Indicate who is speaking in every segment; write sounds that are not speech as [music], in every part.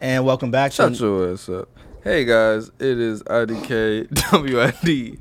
Speaker 1: welcome back to
Speaker 2: Shut your ass up. Hey guys, it is IDK WID,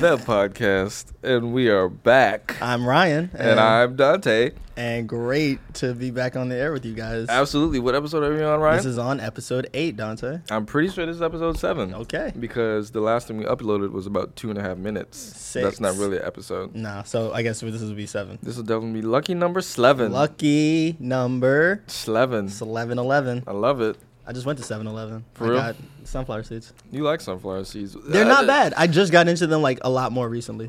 Speaker 2: that podcast, and we are back.
Speaker 1: I'm Ryan, and,
Speaker 2: And I'm Dante.
Speaker 1: and great to be back on the air with you guys.
Speaker 2: Absolutely. What episode are we on, Ryan?
Speaker 1: This is on episode eight, Dante.
Speaker 2: I'm pretty sure this is episode seven.
Speaker 1: Okay.
Speaker 2: Because the last thing we uploaded was about two and a half minutes. That's
Speaker 1: Six.
Speaker 2: not really an episode.
Speaker 1: Nah, so I guess this would be seven.
Speaker 2: This will definitely be lucky number seven.
Speaker 1: Lucky number
Speaker 2: Sleven.
Speaker 1: eleven eleven.
Speaker 2: I love it.
Speaker 1: I just went to 7-Eleven.
Speaker 2: For
Speaker 1: I
Speaker 2: real?
Speaker 1: got sunflower seeds.
Speaker 2: You like sunflower seeds.
Speaker 1: They're
Speaker 2: Uh,
Speaker 1: not bad. I just got into them like a lot more recently.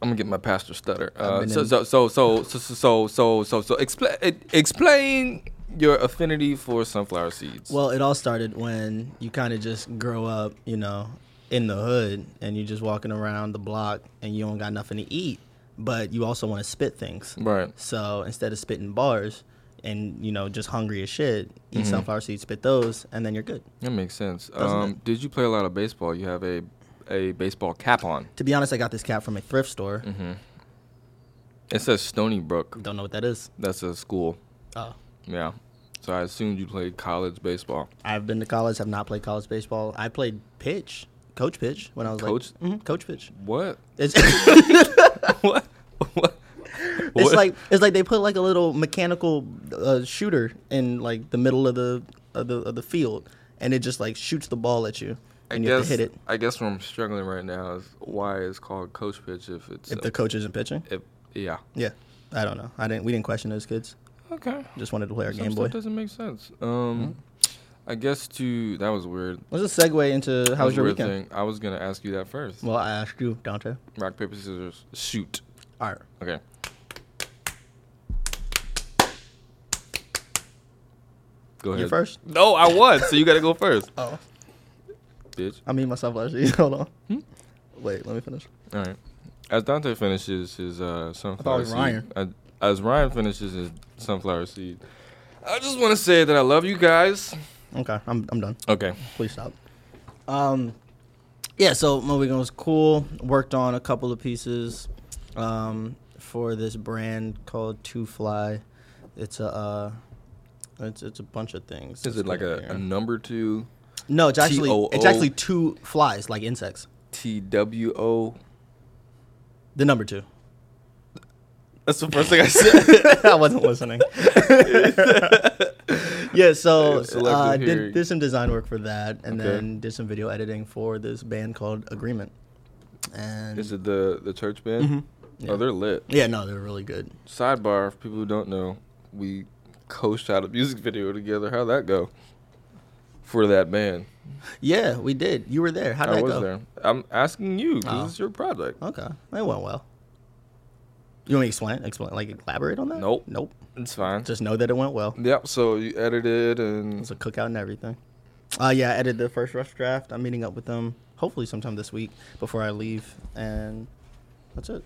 Speaker 2: I'm gonna get my pastor stutter.
Speaker 1: I've
Speaker 2: Uh,
Speaker 1: been
Speaker 2: so,
Speaker 1: in-
Speaker 2: so so so so so so so so explain explain your affinity for sunflower seeds.
Speaker 1: Well, it all started when you kind of just grow up, you know, in the hood and you're just walking around the block and you don't got nothing to eat, but you also want to spit things.
Speaker 2: right.
Speaker 1: So instead of spitting bars and, you know, just hungry as shit, eat
Speaker 2: Mm-hmm.
Speaker 1: sunflower seeds, spit those, and then you're good.
Speaker 2: That makes sense.
Speaker 1: Doesn't
Speaker 2: Um, did you play a lot of baseball? You have a a baseball cap on. Mm-hmm.
Speaker 1: To be honest, I got this cap from a thrift store.
Speaker 2: Mm. It says Stony Brook.
Speaker 1: Don't know what that is.
Speaker 2: That's a school.
Speaker 1: Oh.
Speaker 2: Yeah. So I assumed you played college baseball.
Speaker 1: I've been to college, have not played college baseball. I played pitch, coach pitch when I was
Speaker 2: Coach?
Speaker 1: like, Mhm, coach
Speaker 2: [laughs]
Speaker 1: pitch.
Speaker 2: What?
Speaker 1: It's. [laughs]
Speaker 2: what? What?
Speaker 1: It's
Speaker 2: What?
Speaker 1: like it's like they put like a little mechanical uh, shooter in like the middle of the of the of the field, and it just like shoots the ball at you,
Speaker 2: [laughs] I
Speaker 1: and you
Speaker 2: guess
Speaker 1: have to hit it
Speaker 2: I guess where I'm struggling right now is why it's called coach pitch if it's
Speaker 1: if
Speaker 2: a-
Speaker 1: the coach isn't pitching.
Speaker 2: if, yeah.
Speaker 1: Yeah, I don't know. I didn't. We didn't question those kids.
Speaker 2: Okay.
Speaker 1: Just wanted to play our
Speaker 2: Some
Speaker 1: Game Boy.
Speaker 2: stuff doesn't make sense. Um,
Speaker 1: Hmm?
Speaker 2: I guess to that was weird.
Speaker 1: Let's just segue into how was your
Speaker 2: Weird
Speaker 1: weekend?
Speaker 2: Thing. I was gonna ask you that first.
Speaker 1: Well, I asked you, Dante.
Speaker 2: Rock paper scissors shoot.
Speaker 1: All right.
Speaker 2: Okay. Go
Speaker 1: You
Speaker 2: ahead.
Speaker 1: first?
Speaker 2: No, I won, so you gotta go first,
Speaker 1: Oh,
Speaker 2: bitch.
Speaker 1: I mean myself actually. [laughs] Hold on.
Speaker 2: Hmm?
Speaker 1: Wait, let me finish.
Speaker 2: All right. As Dante finishes his uh, sunflower
Speaker 1: it was
Speaker 2: seed,
Speaker 1: Ryan.
Speaker 2: I- as Ryan finishes his sunflower seed, I just want to say that I love you guys.
Speaker 1: Okay, I'm I'm done.
Speaker 2: Okay.
Speaker 1: Please stop. Um, yeah. So my weekend was cool. Worked on a couple of pieces um, for this brand called Two Fly. It's a uh, it's it's a bunch of things.
Speaker 2: Is it like a, a number two?
Speaker 1: no? It's actually it's
Speaker 2: TOO?
Speaker 1: actually two flies, like insects.
Speaker 2: T W O.
Speaker 1: The number two.
Speaker 2: That's the first thing I
Speaker 1: [laughs]
Speaker 2: said.
Speaker 1: I wasn't listening. [laughs] yeah, so
Speaker 2: Selective
Speaker 1: uh,
Speaker 2: hearing.
Speaker 1: did, did some design work for that, and
Speaker 2: Okay.
Speaker 1: then did some video editing for this band called Agreement. And
Speaker 2: [laughs] Is it the the church band? Oh, they're lit.
Speaker 1: yeah, no, they're really good.
Speaker 2: Sidebar: For people who don't know, we co-shot a music video together. How'd that go? For that band,
Speaker 1: Yeah, we did. You were there. How did
Speaker 2: I
Speaker 1: that
Speaker 2: was
Speaker 1: go?
Speaker 2: there. I'm asking you
Speaker 1: Oh.
Speaker 2: because it's your project.
Speaker 1: Okay, it went well. You want me to explain? Explain? Like elaborate on that?
Speaker 2: Nope.
Speaker 1: Nope.
Speaker 2: It's fine.
Speaker 1: Just know that it went well.
Speaker 2: Yep. So you edited
Speaker 1: It
Speaker 2: and
Speaker 1: was a cookout and everything. Uh, yeah, I edited the first rough draft. I'm meeting up with them hopefully sometime this week before I leave, and that's it.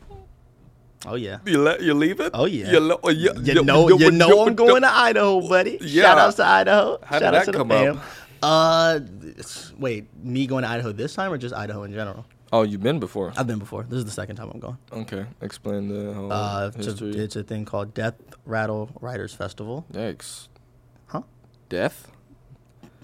Speaker 1: Oh yeah.
Speaker 2: you let you leave it.
Speaker 1: Oh, yeah.
Speaker 2: You, lo- you,
Speaker 1: You know, you know, I'm going to Idaho, buddy.
Speaker 2: Yeah.
Speaker 1: Shout outs to Idaho.
Speaker 2: How did
Speaker 1: Shout
Speaker 2: that
Speaker 1: outs to the
Speaker 2: come up?
Speaker 1: fam. Uh, it's- wait, me going to Idaho this time or just Idaho in general?
Speaker 2: Oh, you've been before.
Speaker 1: I've been before. This is the second time I'm going.
Speaker 2: Okay. Explain the whole
Speaker 1: Uh, it's, a,
Speaker 2: Oh, history.
Speaker 1: it's a thing called Death Rattle Writers Festival.
Speaker 2: Yikes.
Speaker 1: Huh?
Speaker 2: Death?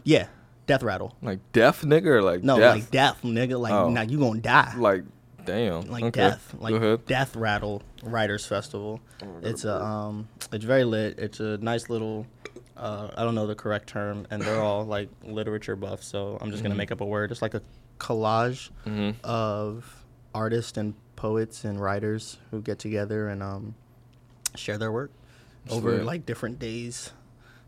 Speaker 1: Yeah, Death Rattle.
Speaker 2: Like deaf nigga or like
Speaker 1: No,
Speaker 2: death?
Speaker 1: like death, nigga. Like,
Speaker 2: Oh.
Speaker 1: now you gonna die. Like,
Speaker 2: Like, damn. okay.
Speaker 1: death. Like
Speaker 2: Go ahead. Oh,
Speaker 1: Death Rattle Writers Festival.
Speaker 2: God,
Speaker 1: it's a um, it's very lit. It's a nice little. Uh, I don't know the correct term, and they're
Speaker 2: [laughs]
Speaker 1: all like literature buffs, so I'm just
Speaker 2: Mm-hmm.
Speaker 1: gonna make up a word. It's like a collage of artists and poets and writers who get together and um, share their work over
Speaker 2: Sweet.
Speaker 1: like different days.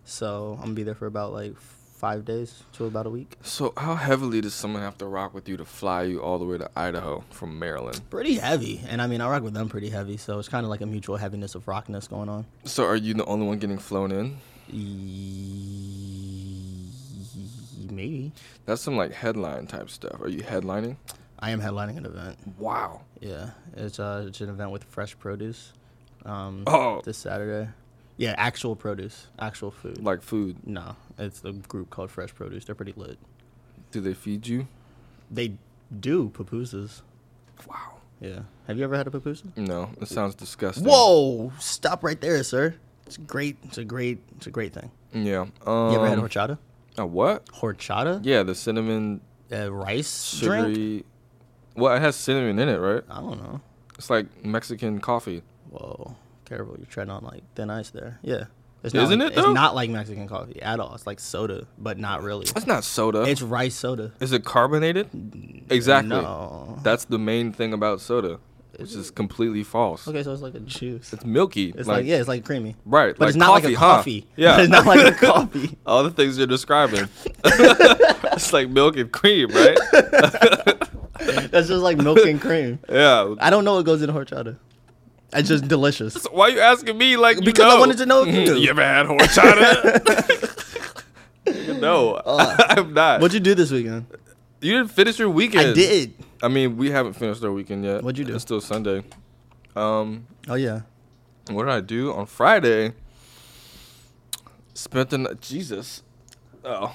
Speaker 1: So I'm gonna be there for about like five days to about a week.
Speaker 2: So how heavily does someone have to rock with you to fly you all the way to Idaho from Maryland?
Speaker 1: Pretty heavy, and I mean I rock with them pretty heavy, so it's kind of like a mutual heaviness of rockness going on.
Speaker 2: So are you the only one getting flown in?
Speaker 1: Ye- Maybe
Speaker 2: That's some like headline type stuff. Are you headlining?
Speaker 1: I am headlining an event.
Speaker 2: Wow.
Speaker 1: Yeah, it's uh, it's an event with fresh produce. Um,
Speaker 2: Oh.
Speaker 1: this Saturday. Yeah, actual produce, actual food.
Speaker 2: Like food.
Speaker 1: No, it's a group called Fresh Produce. They're pretty lit.
Speaker 2: Do they feed you?
Speaker 1: They do pupusas.
Speaker 2: Wow.
Speaker 1: Yeah. Have you ever had a pupusa?
Speaker 2: No, it sounds disgusting.
Speaker 1: Whoa! Stop right there, sir. It's great. It's a great. It's a great thing.
Speaker 2: Yeah. Um,
Speaker 1: You ever had horchata?
Speaker 2: A what?
Speaker 1: horchata,
Speaker 2: Yeah, the cinnamon
Speaker 1: a rice
Speaker 2: sugary.
Speaker 1: drink.
Speaker 2: Well, it has cinnamon in it, right?
Speaker 1: I don't know.
Speaker 2: It's like Mexican coffee.
Speaker 1: Whoa, careful! You're treading on like thin ice there. Yeah, it's
Speaker 2: Isn't
Speaker 1: like,
Speaker 2: it, though?
Speaker 1: It's not like Mexican coffee at all. It's like soda, but not really.
Speaker 2: That's not soda.
Speaker 1: It's rice soda.
Speaker 2: Is it carbonated? Exactly.
Speaker 1: No.
Speaker 2: That's the main thing about soda, which is completely false.
Speaker 1: Okay, so it's like a juice.
Speaker 2: It's milky.
Speaker 1: It's like, yeah, it's like creamy.
Speaker 2: Right,
Speaker 1: but
Speaker 2: like
Speaker 1: it's not like
Speaker 2: coffee,
Speaker 1: a
Speaker 2: huh?
Speaker 1: coffee. [laughs]
Speaker 2: Yeah.
Speaker 1: it's not like a coffee.
Speaker 2: [laughs] all the things
Speaker 1: [laughs]
Speaker 2: you're describing. [laughs] it's like milk and cream, right?
Speaker 1: That's just like milk and cream.
Speaker 2: yeah.
Speaker 1: [laughs] I don't know what goes in horchata. It's just delicious.
Speaker 2: So why you asking me? Like you
Speaker 1: Because I wanted to know if you
Speaker 2: Mhm.
Speaker 1: knew.
Speaker 2: You ever had
Speaker 1: [laughs]
Speaker 2: horchata? [laughs] no, [laughs] I'm not.
Speaker 1: Uh, What'd you do this weekend?
Speaker 2: you didn't finish your weekend.
Speaker 1: I did.
Speaker 2: I mean, we haven't finished our weekend yet.
Speaker 1: What'd you do?
Speaker 2: It's still Sunday. Um,
Speaker 1: Oh yeah.
Speaker 2: what did I do on Friday? Spent the night. Jesus. Oh,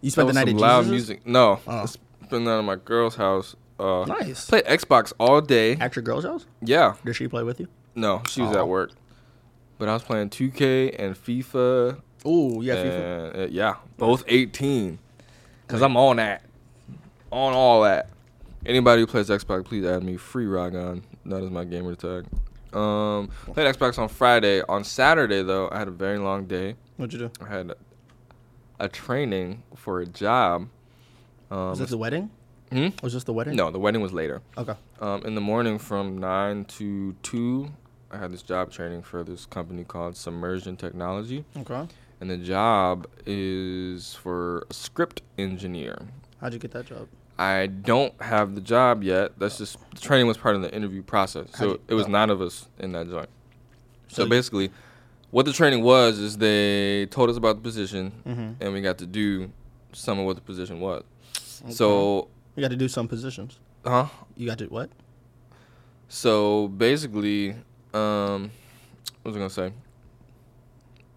Speaker 1: You spent the
Speaker 2: that
Speaker 1: night
Speaker 2: was
Speaker 1: at
Speaker 2: some loud
Speaker 1: Jesus'?
Speaker 2: music. No,
Speaker 1: Oh.
Speaker 2: I spent the night at my girl's house. Uh,
Speaker 1: Nice.
Speaker 2: Played Xbox all day.
Speaker 1: At your girl's house?
Speaker 2: Yeah.
Speaker 1: Did she play with you?
Speaker 2: No, she was
Speaker 1: Aw.
Speaker 2: at work. But I was playing 2K and FIFA.
Speaker 1: Oh yeah. FIFA.
Speaker 2: and, uh, yeah, both 18. Because I'm on that. On all that. Anybody who plays Xbox, please add me. Free Ragon. That is my gamer tag. Um, played Xbox on Friday. On Saturday, though, I had a very long day.
Speaker 1: What'd you do?
Speaker 2: I had a, a training for a job. Um,
Speaker 1: Was this the wedding?
Speaker 2: hmm?
Speaker 1: Was this the wedding?
Speaker 2: No, the wedding was later.
Speaker 1: Okay.
Speaker 2: Um, in the morning from 9 to 2, I had this job training for this company called Submersion Technology.
Speaker 1: Okay.
Speaker 2: And the job is for a script engineer.
Speaker 1: How'd you get that job?
Speaker 2: I don't have the job yet. That's just the training was part of the interview process.
Speaker 1: How'd
Speaker 2: So
Speaker 1: you-
Speaker 2: it was
Speaker 1: oh.
Speaker 2: nine of us in that joint. So,
Speaker 1: you-
Speaker 2: basically, what the training was is they told us about the position
Speaker 1: mm-hmm.
Speaker 2: and we got to do some of what the position was. So,
Speaker 1: you got to do some positions.
Speaker 2: huh?
Speaker 1: You got to what?
Speaker 2: So basically, um, what was I gonna say?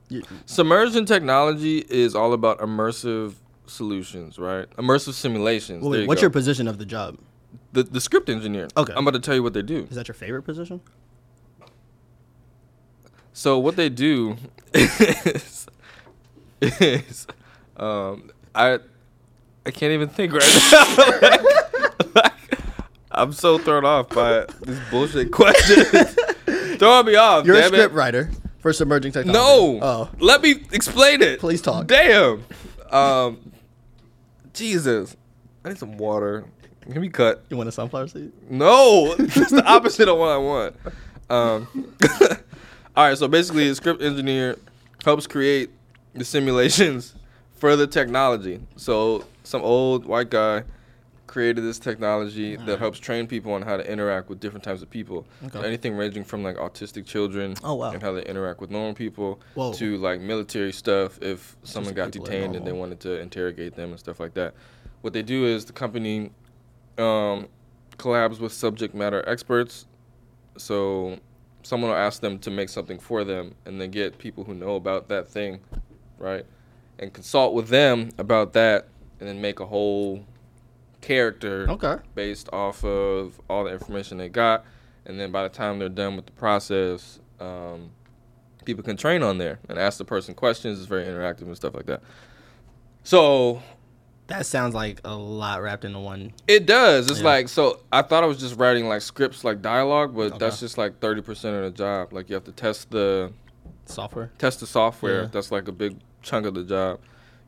Speaker 1: You,
Speaker 2: Submersion technology is all about immersive solutions, right? Immersive simulations.
Speaker 1: well,
Speaker 2: There
Speaker 1: wait,
Speaker 2: you
Speaker 1: what's
Speaker 2: go.
Speaker 1: your position of the job?
Speaker 2: the, the script engineer?
Speaker 1: Okay.
Speaker 2: I'm about to tell you what they do.
Speaker 1: Is that your favorite position?
Speaker 2: So what they do is, is um, I I can't even think right now. [laughs] Like, I'm so thrown off by these bullshit questions. [laughs] throwing me off.
Speaker 1: You're
Speaker 2: damn
Speaker 1: a
Speaker 2: it.
Speaker 1: script writer for Submerging Technology.
Speaker 2: No.
Speaker 1: Oh.
Speaker 2: Let me explain it.
Speaker 1: Please talk.
Speaker 2: Damn. Um. Jesus. I need some water. Can we cut?
Speaker 1: You want a sunflower seed?
Speaker 2: No. [laughs] It's the opposite of what I want. Um. [laughs] all right. So basically, a script engineer helps create the simulations for the technology. So some old white guy created this technology that helps train people on how to interact with different types of people.
Speaker 1: Mm-hmm. Okay.
Speaker 2: So anything ranging from like autistic children
Speaker 1: Oh, wow.
Speaker 2: and how they interact with normal people
Speaker 1: Whoa.
Speaker 2: to like military stuff if someone got
Speaker 1: people are
Speaker 2: detained and they
Speaker 1: normal.
Speaker 2: wanted to interrogate them and stuff like that. What they do is the company um, collabs with subject matter experts. So someone will ask them to make something for them and they get people who know about that thing, right? And consult with them about that and then make a whole character
Speaker 1: Okay.
Speaker 2: based off of all the information they got. And then by the time they're done with the process, um, people can train on there and ask the person questions. It's very interactive and stuff like that. So
Speaker 1: That sounds like a lot wrapped into one.
Speaker 2: it does. It's
Speaker 1: Yeah.
Speaker 2: like so. I thought I was just writing like scripts, like dialogue, but
Speaker 1: Okay.
Speaker 2: that's just like thirty percent of the job. Like you have to test the
Speaker 1: Software.
Speaker 2: test the software.
Speaker 1: Yeah.
Speaker 2: That's like a big chunk of the job.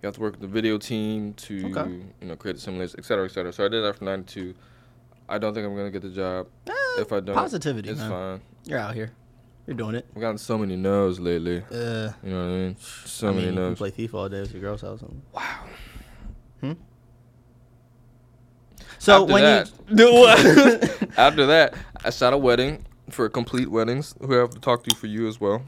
Speaker 2: You have to work with the video team to
Speaker 1: Okay.
Speaker 2: you know create the simulation, et cetera, et cetera. So I did that for ninety two. I don't think I'm gonna get the job.
Speaker 1: Eh,
Speaker 2: If I don't,
Speaker 1: positivity,
Speaker 2: it's
Speaker 1: man.
Speaker 2: fine.
Speaker 1: You're out here. You're doing it.
Speaker 2: I've gotten so many no's lately.
Speaker 1: Uh,
Speaker 2: You know what I mean? So
Speaker 1: I
Speaker 2: many
Speaker 1: mean, you
Speaker 2: no's.
Speaker 1: play thief all day at your girl's house. And... Wow. Hmm. So
Speaker 2: After
Speaker 1: when
Speaker 2: that,
Speaker 1: you [laughs] do [laughs] what?
Speaker 2: [laughs] After that, I shot a wedding for complete weddings. Who I have to talk to for you as well.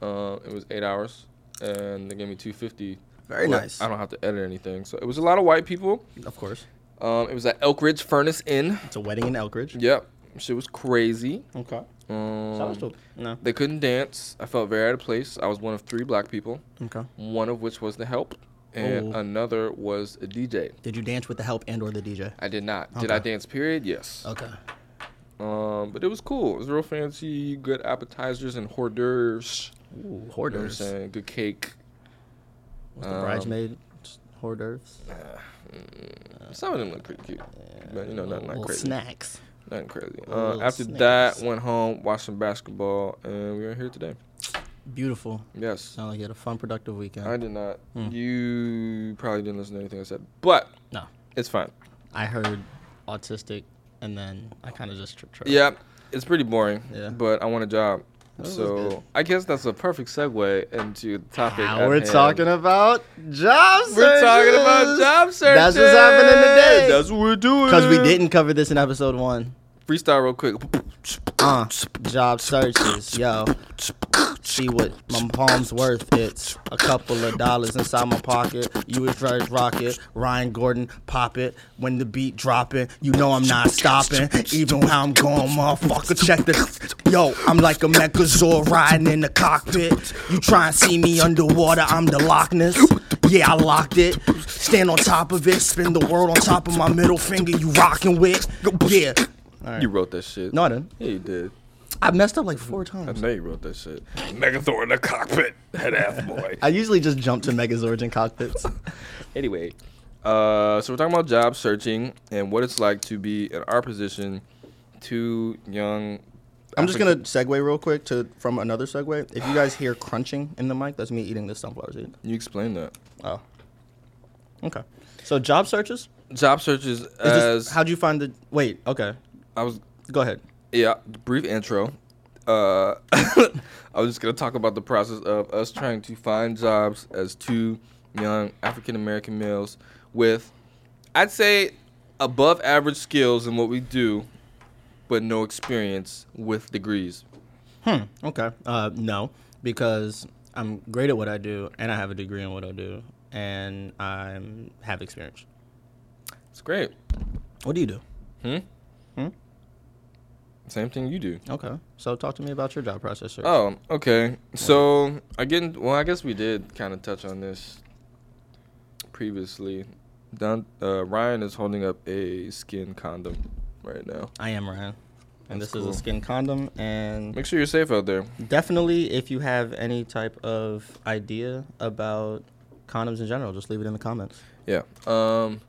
Speaker 2: Uh, it was eight hours, and they gave me two fifty.
Speaker 1: Very nice.
Speaker 2: I don't have to edit anything, so it was a lot of white people.
Speaker 1: of course,
Speaker 2: Um, it was at Elk Ridge Furnace Inn.
Speaker 1: it's a wedding in Elkridge.
Speaker 2: Yep, shit was crazy.
Speaker 1: Okay.
Speaker 2: Um,
Speaker 1: no.
Speaker 2: they couldn't dance. I felt very out of place. I was one of three black people,
Speaker 1: Okay.
Speaker 2: one of which was the help, and
Speaker 1: Oh.
Speaker 2: another was a DJ.
Speaker 1: Did you dance with the help and or the DJ?
Speaker 2: I did not. Did I
Speaker 1: Okay.
Speaker 2: dance? Period. Yes.
Speaker 1: Okay.
Speaker 2: Um, but it was cool. It was real fancy, good appetizers and hors d'oeuvres.
Speaker 1: Ooh,
Speaker 2: You know what I'm
Speaker 1: hoarders.
Speaker 2: saying? Good cake.
Speaker 1: Was the
Speaker 2: Um,
Speaker 1: bridesmaid hors d'oeuvres.
Speaker 2: Mm, some of them look pretty cute, but you know, nothing like
Speaker 1: Little
Speaker 2: crazy.
Speaker 1: snacks.
Speaker 2: Nothing crazy. Uh,
Speaker 1: Little
Speaker 2: after
Speaker 1: snacks.
Speaker 2: that, went home, watched some basketball, and we are here today.
Speaker 1: Beautiful.
Speaker 2: Yes.
Speaker 1: Sound like you had a fun, productive weekend.
Speaker 2: I did not.
Speaker 1: Hmm.
Speaker 2: You probably didn't listen to anything I said, but
Speaker 1: No.
Speaker 2: it's fine.
Speaker 1: I heard autistic, and then I kind of just tripped.
Speaker 2: Yeah, it's pretty boring.
Speaker 1: Yeah.
Speaker 2: But I want a job,
Speaker 1: That was good.
Speaker 2: so I guess that's a perfect segue into the topic.
Speaker 1: Now
Speaker 2: at
Speaker 1: we're
Speaker 2: hand.
Speaker 1: talking about job searches.
Speaker 2: We're talking about job searches.
Speaker 1: That's what's happening today.
Speaker 2: That's what we're doing.
Speaker 1: Because we didn't cover this in episode one.
Speaker 2: freestyle real quick. [laughs]
Speaker 1: Uh, job searches, yo. See what my palm's worth. It's a couple of dollars inside my pocket. You is right rocket. Ryan Gordon, pop it. When the beat dropping, you know I'm not stopping. Even how I'm going, motherfucker, check the. Yo, I'm like a mechazor riding in the cockpit. You try and see me underwater, I'm the Loch Ness. Yeah, I locked it. Stand on top of it. Spin the world on top of my middle finger. You rocking with. Yeah.
Speaker 2: You wrote that shit.
Speaker 1: No, I didn't.
Speaker 2: Yeah, you did.
Speaker 1: I messed up like four
Speaker 2: I
Speaker 1: times.
Speaker 2: know you wrote that shit. Megathor in the cockpit, head half boy.
Speaker 1: [laughs] I usually just jump to Megazords and cockpits.
Speaker 2: anyway, uh, so we're talking about job searching and what it's like to be in our position, two young.
Speaker 1: I'm just gonna segue real quick to from another segue. If you guys hear crunching in the mic, that's me eating this sunflower seed.
Speaker 2: You explain that.
Speaker 1: Oh, okay. So job searches.
Speaker 2: Job searches
Speaker 1: Is
Speaker 2: as
Speaker 1: this, how'd you find the? Wait. Okay.
Speaker 2: I was.
Speaker 1: Go ahead.
Speaker 2: Yeah, brief intro. Uh, [laughs] I was just gonna talk about the process of us trying to find jobs as two young African American males with, I'd say, above average skills in what we do, but no experience with degrees.
Speaker 1: Hmm. Okay. Uh, no, because I'm great at what I do, and I have a degree in what I do, and I have experience.
Speaker 2: It's great.
Speaker 1: What do you do?
Speaker 2: Hmm.
Speaker 1: Hmm?
Speaker 2: Same thing you do.
Speaker 1: Okay. So talk to me about your job process. Sir.
Speaker 2: Oh, okay. So again, well, I guess we did kind of touch on this previously. Don, uh, Ryan is holding up a skin condom right now.
Speaker 1: I am Ryan, and
Speaker 2: That's
Speaker 1: this
Speaker 2: cool.
Speaker 1: is a skin condom and.
Speaker 2: Make sure you're safe out there.
Speaker 1: Definitely, if you have any type of idea about condoms in general, just leave it in the comments.
Speaker 2: Yeah. Um,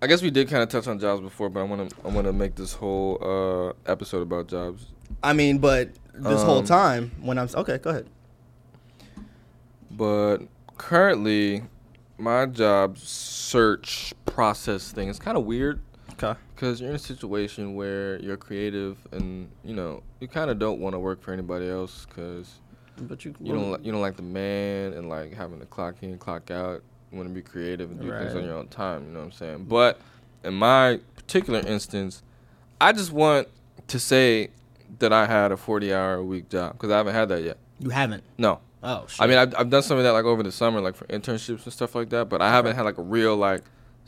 Speaker 2: I guess we did kind of touch on jobs before, but I want to I want to make this whole uh, episode about jobs.
Speaker 1: I mean, but this whole
Speaker 2: Um,
Speaker 1: time when I'm s- okay, go ahead.
Speaker 2: But currently, my job search process thing is kind of weird.
Speaker 1: Okay.
Speaker 2: Because you're in a situation where you're creative and you know you kind of don't want to work for anybody else because
Speaker 1: But you,
Speaker 2: you don't li- you don't like the man and like having to clock in clock out. You want to be creative and do things on
Speaker 1: Right.
Speaker 2: your own time. You know what I'm saying? But in my particular instance, I just want to say that I had a 40 hour a week job because I haven't had that yet.
Speaker 1: you haven't.
Speaker 2: No,
Speaker 1: Oh, shit.
Speaker 2: I mean I've, I've done some of that like over the summer, like for internships and stuff like that. But I haven't had like a real like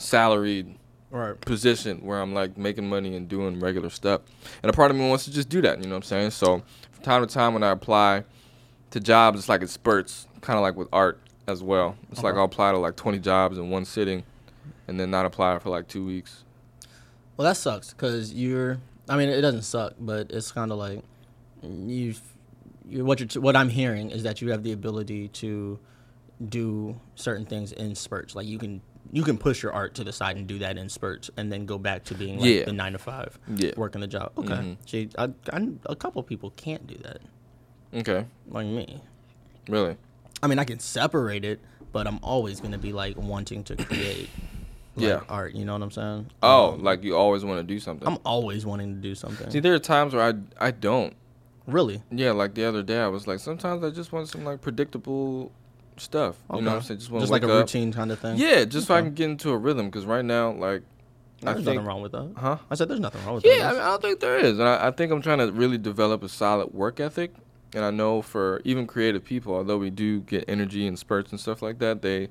Speaker 2: salaried
Speaker 1: right.
Speaker 2: position where I'm like making money and doing regular stuff. And a part of me wants to just do that, you know what I'm saying? So from time to time when I apply to jobs, it's like it spurts, kind of like with art as well. It's like
Speaker 1: Okay.
Speaker 2: I'll apply to like 20 jobs in one sitting and then not apply for like two weeks.
Speaker 1: Well, that sucks because you're. I mean, it doesn't suck, but it's kind of like you. you what you're, t- what I'm hearing is that you have the ability to do certain things in spurts. Like you can you can push your art to the side and do that in spurts, and then go back to being like
Speaker 2: Yeah.
Speaker 1: the nine to five,
Speaker 2: Yeah.
Speaker 1: working the job. Okay,
Speaker 2: Mhm.
Speaker 1: see, I, I, a couple people can't do that,
Speaker 2: Okay,
Speaker 1: like me.
Speaker 2: really?
Speaker 1: I mean, I can separate it, but I'm always gonna be like wanting to create. Like,
Speaker 2: [coughs] Yeah.
Speaker 1: art. You know what I'm saying?
Speaker 2: Oh,
Speaker 1: Um,
Speaker 2: like you always want to do something.
Speaker 1: I'm always wanting to do something.
Speaker 2: See, there are times where I I don't.
Speaker 1: really?
Speaker 2: Yeah, like the other day I was like, sometimes I just want some like predictable stuff. You know what I'm saying? Just want
Speaker 1: Just
Speaker 2: to
Speaker 1: like
Speaker 2: wake
Speaker 1: a
Speaker 2: up.
Speaker 1: routine kind of thing.
Speaker 2: Yeah, just so I
Speaker 1: Okay.
Speaker 2: can get into a rhythm. Because right now, like, I
Speaker 1: there's
Speaker 2: think-
Speaker 1: nothing wrong with that.
Speaker 2: huh?
Speaker 1: I said there's nothing wrong with
Speaker 2: Yeah, I,
Speaker 1: that.
Speaker 2: mean, I don't think there is. And I, I think I'm trying to really develop a solid work ethic. And I know for even creative people, although we do get energy and spurts and stuff like that, they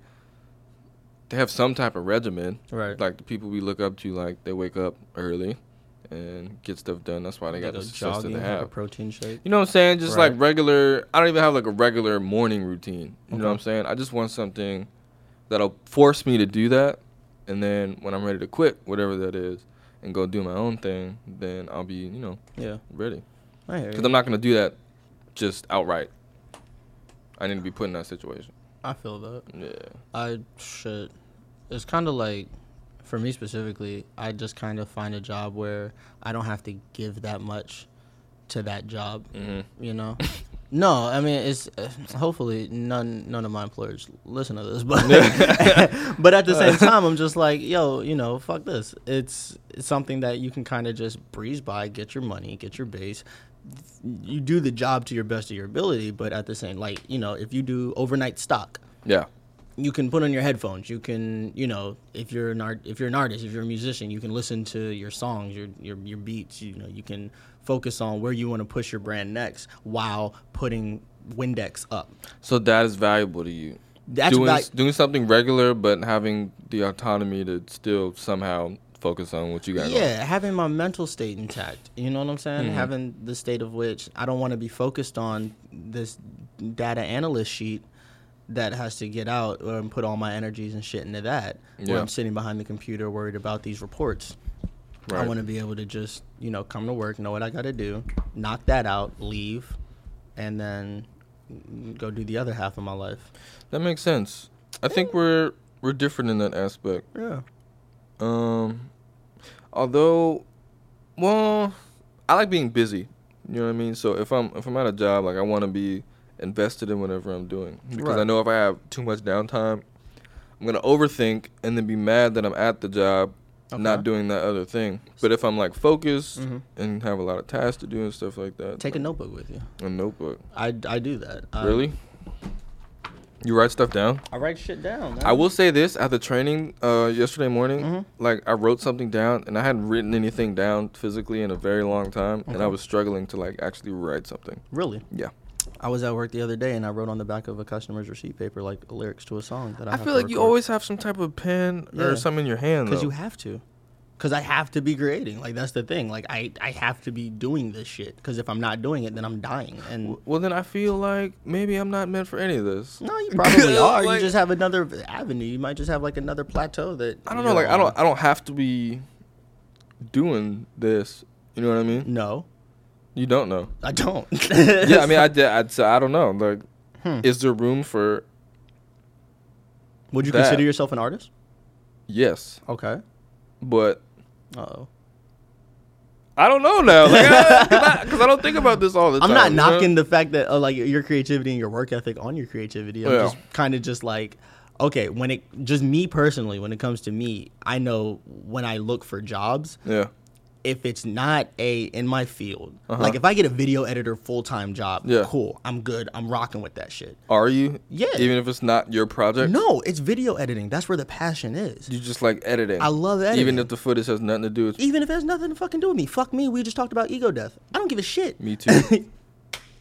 Speaker 2: they have some type of regimen.
Speaker 1: Right.
Speaker 2: Like the people we look up to, like they wake up early and get stuff done. That's why they got
Speaker 1: Like
Speaker 2: the
Speaker 1: a
Speaker 2: success that
Speaker 1: jogging,
Speaker 2: they
Speaker 1: like a
Speaker 2: have.
Speaker 1: protein shake.
Speaker 2: You know what I'm saying? Just
Speaker 1: Right.
Speaker 2: like regular. I don't even have like a regular morning routine. You know what I'm
Speaker 1: Okay.
Speaker 2: saying? I just want something that'll force me to do that, and then when I'm ready to quit, whatever that is, and go do my own thing, then I'll be you know
Speaker 1: Yeah,
Speaker 2: ready.
Speaker 1: I hear
Speaker 2: Because
Speaker 1: you.
Speaker 2: I'm not gonna do that just outright. I need to be put in that situation.
Speaker 1: I feel that.
Speaker 2: Yeah.
Speaker 1: I should. It's kind of like, for me specifically, I just kind of find a job where I don't have to give that much to that job.
Speaker 2: Mm. Mm-hmm.
Speaker 1: You know. [laughs] No, I mean it's uh, hopefully none none of my employers listen to this, [laughs] but but at the same time I'm just like, yo, you know, fuck this. It's, it's something that you can kind of just breeze by, get your money, get your base, you do the job to your best of your ability, but at the same, like, you know, if you do overnight stock,
Speaker 2: Yeah.
Speaker 1: you can put on your headphones. You can, you know, if you're an art, if you're an artist, if you're a musician, you can listen to your songs, your your your beats. You know, you can focus on where you want to push your brand next while putting Windex up.
Speaker 2: So that is valuable to you.
Speaker 1: That's
Speaker 2: doing
Speaker 1: val-
Speaker 2: s- doing something regular, but having the autonomy to still somehow focus on what you got. going.
Speaker 1: Yeah, having my mental state intact. You know what I'm saying?
Speaker 2: Mm-hmm.
Speaker 1: Having the state of which I don't want to be focused on this data analyst sheet that has to get out and put all my energies and shit into that.
Speaker 2: Yeah.
Speaker 1: Where I'm sitting behind the computer worried about these reports. I
Speaker 2: Right.
Speaker 1: want to be able to just, you know, come to work, know what I got to do, knock that out, leave, and then go do the other half of my life.
Speaker 2: That makes sense. I think we're we're different in that aspect.
Speaker 1: Yeah.
Speaker 2: Um, although, well, I like being busy. You know what I mean. So if I'm if I'm at a job, like I want to be invested in whatever I'm doing because I
Speaker 1: Right.
Speaker 2: know if I have too much downtime, I'm gonna overthink and then be mad that I'm at the job. Not
Speaker 1: Okay.
Speaker 2: doing that other thing, but if I'm like focused
Speaker 1: Mhm.
Speaker 2: and have a lot of tasks to do and stuff like that,
Speaker 1: Take a
Speaker 2: like,
Speaker 1: notebook with you.
Speaker 2: a notebook.
Speaker 1: I, I do that. I,
Speaker 2: really, you write stuff down.
Speaker 1: I write shit down.
Speaker 2: I will say this at the training uh, yesterday morning,
Speaker 1: Mhm.
Speaker 2: like I wrote something down and I hadn't written anything down physically in a very long time and I
Speaker 1: Okay.
Speaker 2: was struggling to like actually write something.
Speaker 1: Really?
Speaker 2: Yeah.
Speaker 1: I was at work the other day and I wrote on the back of a customer's receipt paper like lyrics to a song that I,
Speaker 2: I, feel like you always have some type of pen
Speaker 1: Yeah.
Speaker 2: or something in your hand
Speaker 1: because
Speaker 2: though.
Speaker 1: you have to because I have to be creating like that's the thing like I I have to be doing this shit because if I'm not doing it then I'm dying and
Speaker 2: well then I feel like maybe I'm not meant for any of this.
Speaker 1: no you
Speaker 2: [laughs]
Speaker 1: probably are
Speaker 2: Like-
Speaker 1: you just have another avenue you might just have like another plateau that
Speaker 2: I don't know like
Speaker 1: you're
Speaker 2: I don't
Speaker 1: on.
Speaker 2: I don't have to be doing this. You know what I mean?
Speaker 1: no
Speaker 2: You don't
Speaker 1: [laughs]
Speaker 2: know.
Speaker 1: I don't
Speaker 2: [laughs] yeah, I mean I did I, so I don't know. Like
Speaker 1: Hmm.
Speaker 2: is there room for
Speaker 1: [laughs] would you
Speaker 2: that-
Speaker 1: consider yourself an artist
Speaker 2: yes,
Speaker 1: okay
Speaker 2: but
Speaker 1: uh oh
Speaker 2: I don't know now, because I, don't think about this all the time.
Speaker 1: I'm not
Speaker 2: you know?
Speaker 1: knocking the fact that uh, like your creativity and your work ethic on your creativity. I'm
Speaker 2: Yeah.
Speaker 1: just kind of just like, okay, when it just me personally, when it comes to me, I know when I look for jobs,
Speaker 2: Yeah,
Speaker 1: if it's not a in my field,
Speaker 2: Uh-huh.
Speaker 1: like if I get a video editor full time job,
Speaker 2: Yeah.
Speaker 1: cool, I'm good, I'm rocking with that shit.
Speaker 2: are you?
Speaker 1: Yeah.
Speaker 2: Even if it's not your project,
Speaker 1: No, it's video editing. That's where the passion is.
Speaker 2: you just like editing.
Speaker 1: I love
Speaker 2: Even
Speaker 1: editing.
Speaker 2: if the footage has nothing to do
Speaker 1: [laughs]
Speaker 2: with
Speaker 1: Even if there's nothing to fucking do with me, fuck me. We just talked about ego death. I don't give a shit.
Speaker 2: me too.
Speaker 1: [coughs]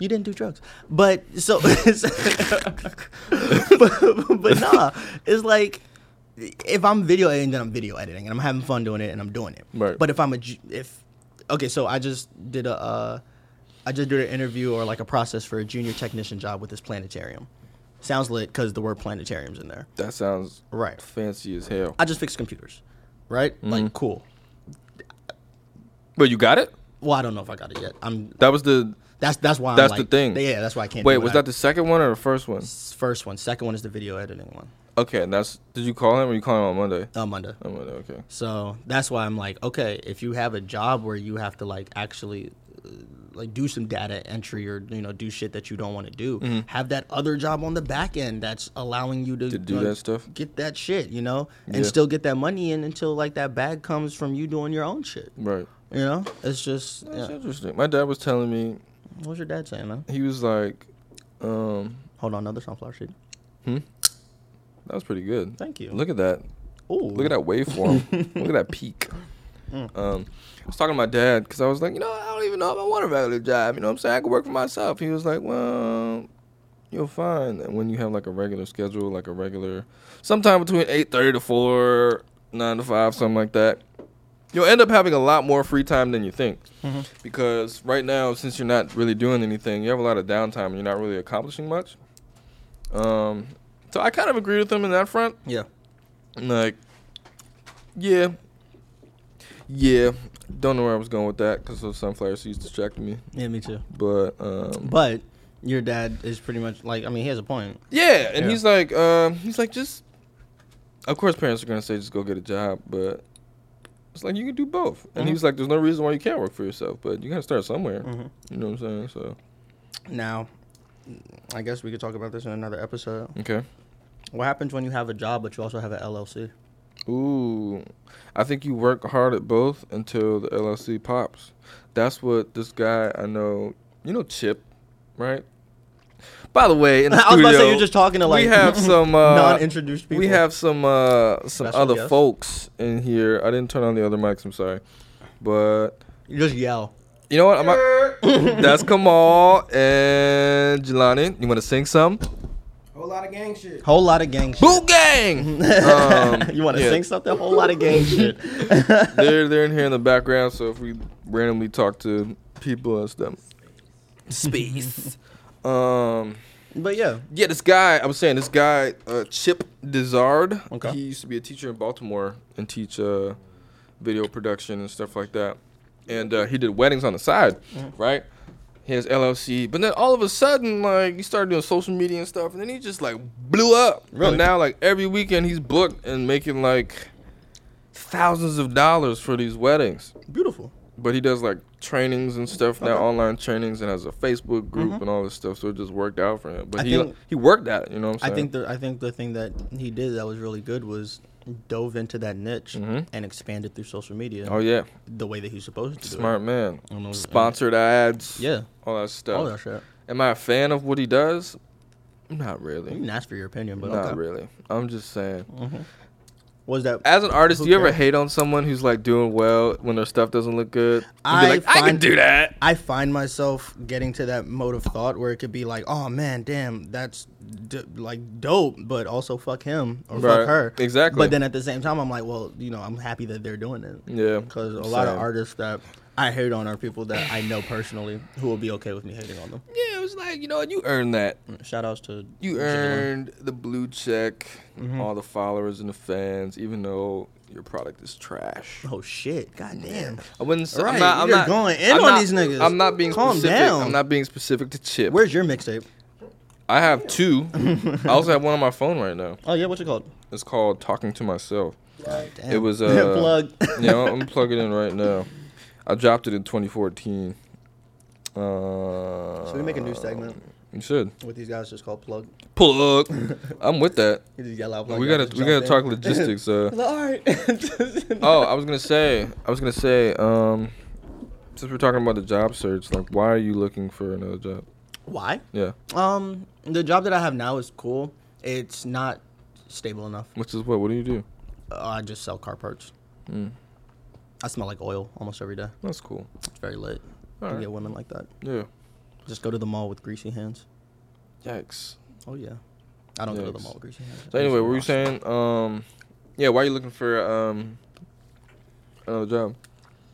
Speaker 1: You didn't do drugs, but so, [laughs] but, but nah, it's like if I'm video editing, then I'm video editing, and I'm having fun doing it, and I'm doing it.
Speaker 2: Right.
Speaker 1: But if I'm a j- if okay, so I just did a uh, I just did an interview or like a process for a junior technician job with this planetarium. Sounds lit because the word planetarium's in there.
Speaker 2: that sounds
Speaker 1: Right.
Speaker 2: fancy as hell.
Speaker 1: I just fix computers, right?
Speaker 2: Mm-hmm.
Speaker 1: Like cool.
Speaker 2: But you got it.
Speaker 1: Well, I don't know if I got it yet. I'm
Speaker 2: That was the.
Speaker 1: that's that's why
Speaker 2: That's
Speaker 1: I'm
Speaker 2: the
Speaker 1: like,
Speaker 2: thing.
Speaker 1: Yeah, that's why I can't.
Speaker 2: Wait,
Speaker 1: do it.
Speaker 2: was
Speaker 1: I-
Speaker 2: that the second one or the first one?
Speaker 1: first one? Second one is the video editing one.
Speaker 2: Okay, and that's. Did you call him or you call him on Monday?
Speaker 1: Uh, Monday.
Speaker 2: On Monday, okay.
Speaker 1: So that's why I'm like, okay, if you have a job where you have to like actually uh, like do some data entry or you know do shit that you don't want to do, have that other job on the back end that's allowing you to,
Speaker 2: Mm-hmm. To do
Speaker 1: like,
Speaker 2: that stuff?
Speaker 1: get that shit, you know, and
Speaker 2: Yeah.
Speaker 1: still get that money in until like that bag comes from you doing your own shit.
Speaker 2: Right.
Speaker 1: You know, it's just
Speaker 2: That's
Speaker 1: yeah.
Speaker 2: interesting. My dad was telling me
Speaker 1: what was your dad saying, man?
Speaker 2: he was like, um,
Speaker 1: Hold on, another sunflower seed.
Speaker 2: that was pretty good.
Speaker 1: Thank you.
Speaker 2: Look at that.
Speaker 1: Ooh,
Speaker 2: Look at that waveform. Look at that peak. Um, I was talking to my dad because I was like, you know, I don't even know if I want a regular job. You know what I'm saying? I could work for myself. He was like, well, you'll find that when you have like a regular schedule, like a regular, sometime between 8.30 to 4, 9 to 5, something like that, you'll end up having a lot more free time than you think. Because right now, since you're not really doing anything, you have a lot of downtime and you're not really accomplishing much. Um, so I kind of agree with him in that front.
Speaker 1: Yeah.
Speaker 2: Like, yeah, yeah. Don't know where I was going with that because those sunflower seeds distracted me.
Speaker 1: Yeah, me too.
Speaker 2: But um,
Speaker 1: But your dad is pretty much like. I mean, he has a point.
Speaker 2: Yeah, and
Speaker 1: Yeah.
Speaker 2: he's like, um, he's like, just. Of course, parents are gonna say just go get a job, but it's like you can do both. And he
Speaker 1: Mhm.
Speaker 2: was like, there's no reason why you can't work for yourself, but you gotta start somewhere.
Speaker 1: Mhm.
Speaker 2: You know what I'm saying? So
Speaker 1: Now, I guess we could talk about this in another episode.
Speaker 2: okay.
Speaker 1: What happens when you have a job but you also have an LLC?
Speaker 2: Ooh, I think you work hard at both until the LLC pops. That's what this guy I know. You know Chip, right? By the way, in the
Speaker 1: [laughs] [laughs] I was about to say
Speaker 2: studio,
Speaker 1: you're just talking to like
Speaker 2: we have some uh,
Speaker 1: non-introduced people.
Speaker 2: We have some uh, some
Speaker 1: Special
Speaker 2: other
Speaker 1: guest.
Speaker 2: folks in here. I didn't turn on the other mics. I'm sorry, but
Speaker 1: you just yell.
Speaker 2: you know what?
Speaker 1: [laughs]
Speaker 2: I'm not, [laughs] that's Kamal and Jelani. You want to sing some?
Speaker 3: Whole lot of gang shit.
Speaker 1: Whole lot of gang shit. [laughs]
Speaker 2: Boo gang! Um,
Speaker 1: you want to
Speaker 2: yeah.
Speaker 1: sing something? Whole lot of gang
Speaker 2: [laughs]
Speaker 1: shit.
Speaker 2: They're they're in here in the background. So if we randomly talk to people, that's them. Space. um.
Speaker 1: but yeah,
Speaker 2: Yeah, this guy, I was saying, this guy, uh, Chip Dizard,
Speaker 1: Okay.
Speaker 2: he used to be a teacher in Baltimore and teach uh, video production and stuff like that. And uh, he did weddings on the side,
Speaker 1: Mm.
Speaker 2: right? He has LLC. But then all of a sudden, like, he started doing social media and stuff. And then he just, like, blew up.
Speaker 1: Really?
Speaker 2: And now, like, every weekend he's booked and making, like, thousands of dollars for these weddings.
Speaker 1: beautiful.
Speaker 2: But he does, like, trainings and stuff now,
Speaker 1: Okay. Mm-hmm.
Speaker 2: online trainings, and has a Facebook group and all this stuff. So it just worked out for him. But
Speaker 1: I
Speaker 2: he,
Speaker 1: think-
Speaker 2: he worked at it, you know what I'm
Speaker 1: I
Speaker 2: saying?
Speaker 1: think the I think the thing that he did that was really good was dove into that niche
Speaker 2: Mhm.
Speaker 1: and expanded through social media
Speaker 2: Oh yeah,
Speaker 1: the way that he's supposed to.
Speaker 2: smart man.
Speaker 1: Do it. I don't know-
Speaker 2: Sponsored ads.
Speaker 1: Yeah,
Speaker 2: All that stuff.
Speaker 1: all that shit.
Speaker 2: Am I a fan of what he does? Not
Speaker 1: You
Speaker 2: really.
Speaker 1: can ask for your opinion, Mm, but
Speaker 2: Not
Speaker 1: okay. Mm.
Speaker 2: really. I'm just saying.
Speaker 1: was that
Speaker 2: As an artist,
Speaker 1: Who
Speaker 2: do you ever
Speaker 1: cares?
Speaker 2: hate on someone who's like doing well when their stuff doesn't look good? And
Speaker 1: I
Speaker 2: be like, I can
Speaker 1: find-
Speaker 2: do that.
Speaker 1: I find myself getting to that mode of thought where it could be like, oh man, damn, that's d- like dope, but also fuck him or
Speaker 2: Right.
Speaker 1: fuck her.
Speaker 2: Exactly.
Speaker 1: But then at the same time, I'm like, well, you know, I'm happy that they're doing it
Speaker 2: Yeah.
Speaker 1: because a lot of
Speaker 2: Same.
Speaker 1: artists that I hate on are people that I know personally who will be okay with me hating on them.
Speaker 2: Yeah, it was like you know what? You earned that.
Speaker 1: Shout outs to
Speaker 2: You
Speaker 1: Jiggler.
Speaker 2: earned the blue check, all the followers and the fans, even though your product is trash.
Speaker 1: Oh shit! God damn.
Speaker 2: I wouldn't say
Speaker 1: Right,
Speaker 2: I'm not, I'm
Speaker 1: you're
Speaker 2: not
Speaker 1: going in
Speaker 2: I'm
Speaker 1: on
Speaker 2: not-
Speaker 1: these niggas.
Speaker 2: I'm not being
Speaker 1: Calm
Speaker 2: specific.
Speaker 1: down.
Speaker 2: I'm not being specific to Chip.
Speaker 1: Where's your mixtape?
Speaker 2: I
Speaker 1: [laughs]
Speaker 2: have two. I also have one on my phone right now.
Speaker 1: Oh yeah, what's it called?
Speaker 2: It's called Talking to Myself.
Speaker 1: Damn. [laughs]
Speaker 2: It was uh,
Speaker 1: plug.
Speaker 2: you know, I'm plugging in right now. I dropped it in 2014. Uh,
Speaker 1: [laughs] Should we make a new segment
Speaker 2: You should
Speaker 1: with these guys just called plug? [laughs]
Speaker 2: plug. I'm with that.
Speaker 1: You just yell out plug.
Speaker 2: We
Speaker 1: guys
Speaker 2: gotta
Speaker 1: just
Speaker 2: we gotta talk
Speaker 1: jump in. [laughs]
Speaker 2: logistics. Uh,
Speaker 1: All right.
Speaker 2: [laughs] oh, I was gonna say I was gonna say um, since we're talking about the job search, like why are you looking for another job?
Speaker 1: Why?
Speaker 2: Yeah,
Speaker 1: Um, the job that I have now is cool. It's not stable enough.
Speaker 2: which is what? What do you do?
Speaker 1: Uh, I just sell car parts.
Speaker 2: Mm.
Speaker 1: I smell like oil almost every day.
Speaker 2: That's cool.
Speaker 1: It's very lit.
Speaker 2: All
Speaker 1: You
Speaker 2: right.
Speaker 1: get women like that.
Speaker 2: Yeah.
Speaker 1: Just go to the mall with greasy hands.
Speaker 2: Yikes.
Speaker 1: Oh yeah. I don't go to the
Speaker 2: Yikes.
Speaker 1: mall with greasy hands.
Speaker 2: So anyway, what were you saying? Um, yeah, why are you looking for um another job?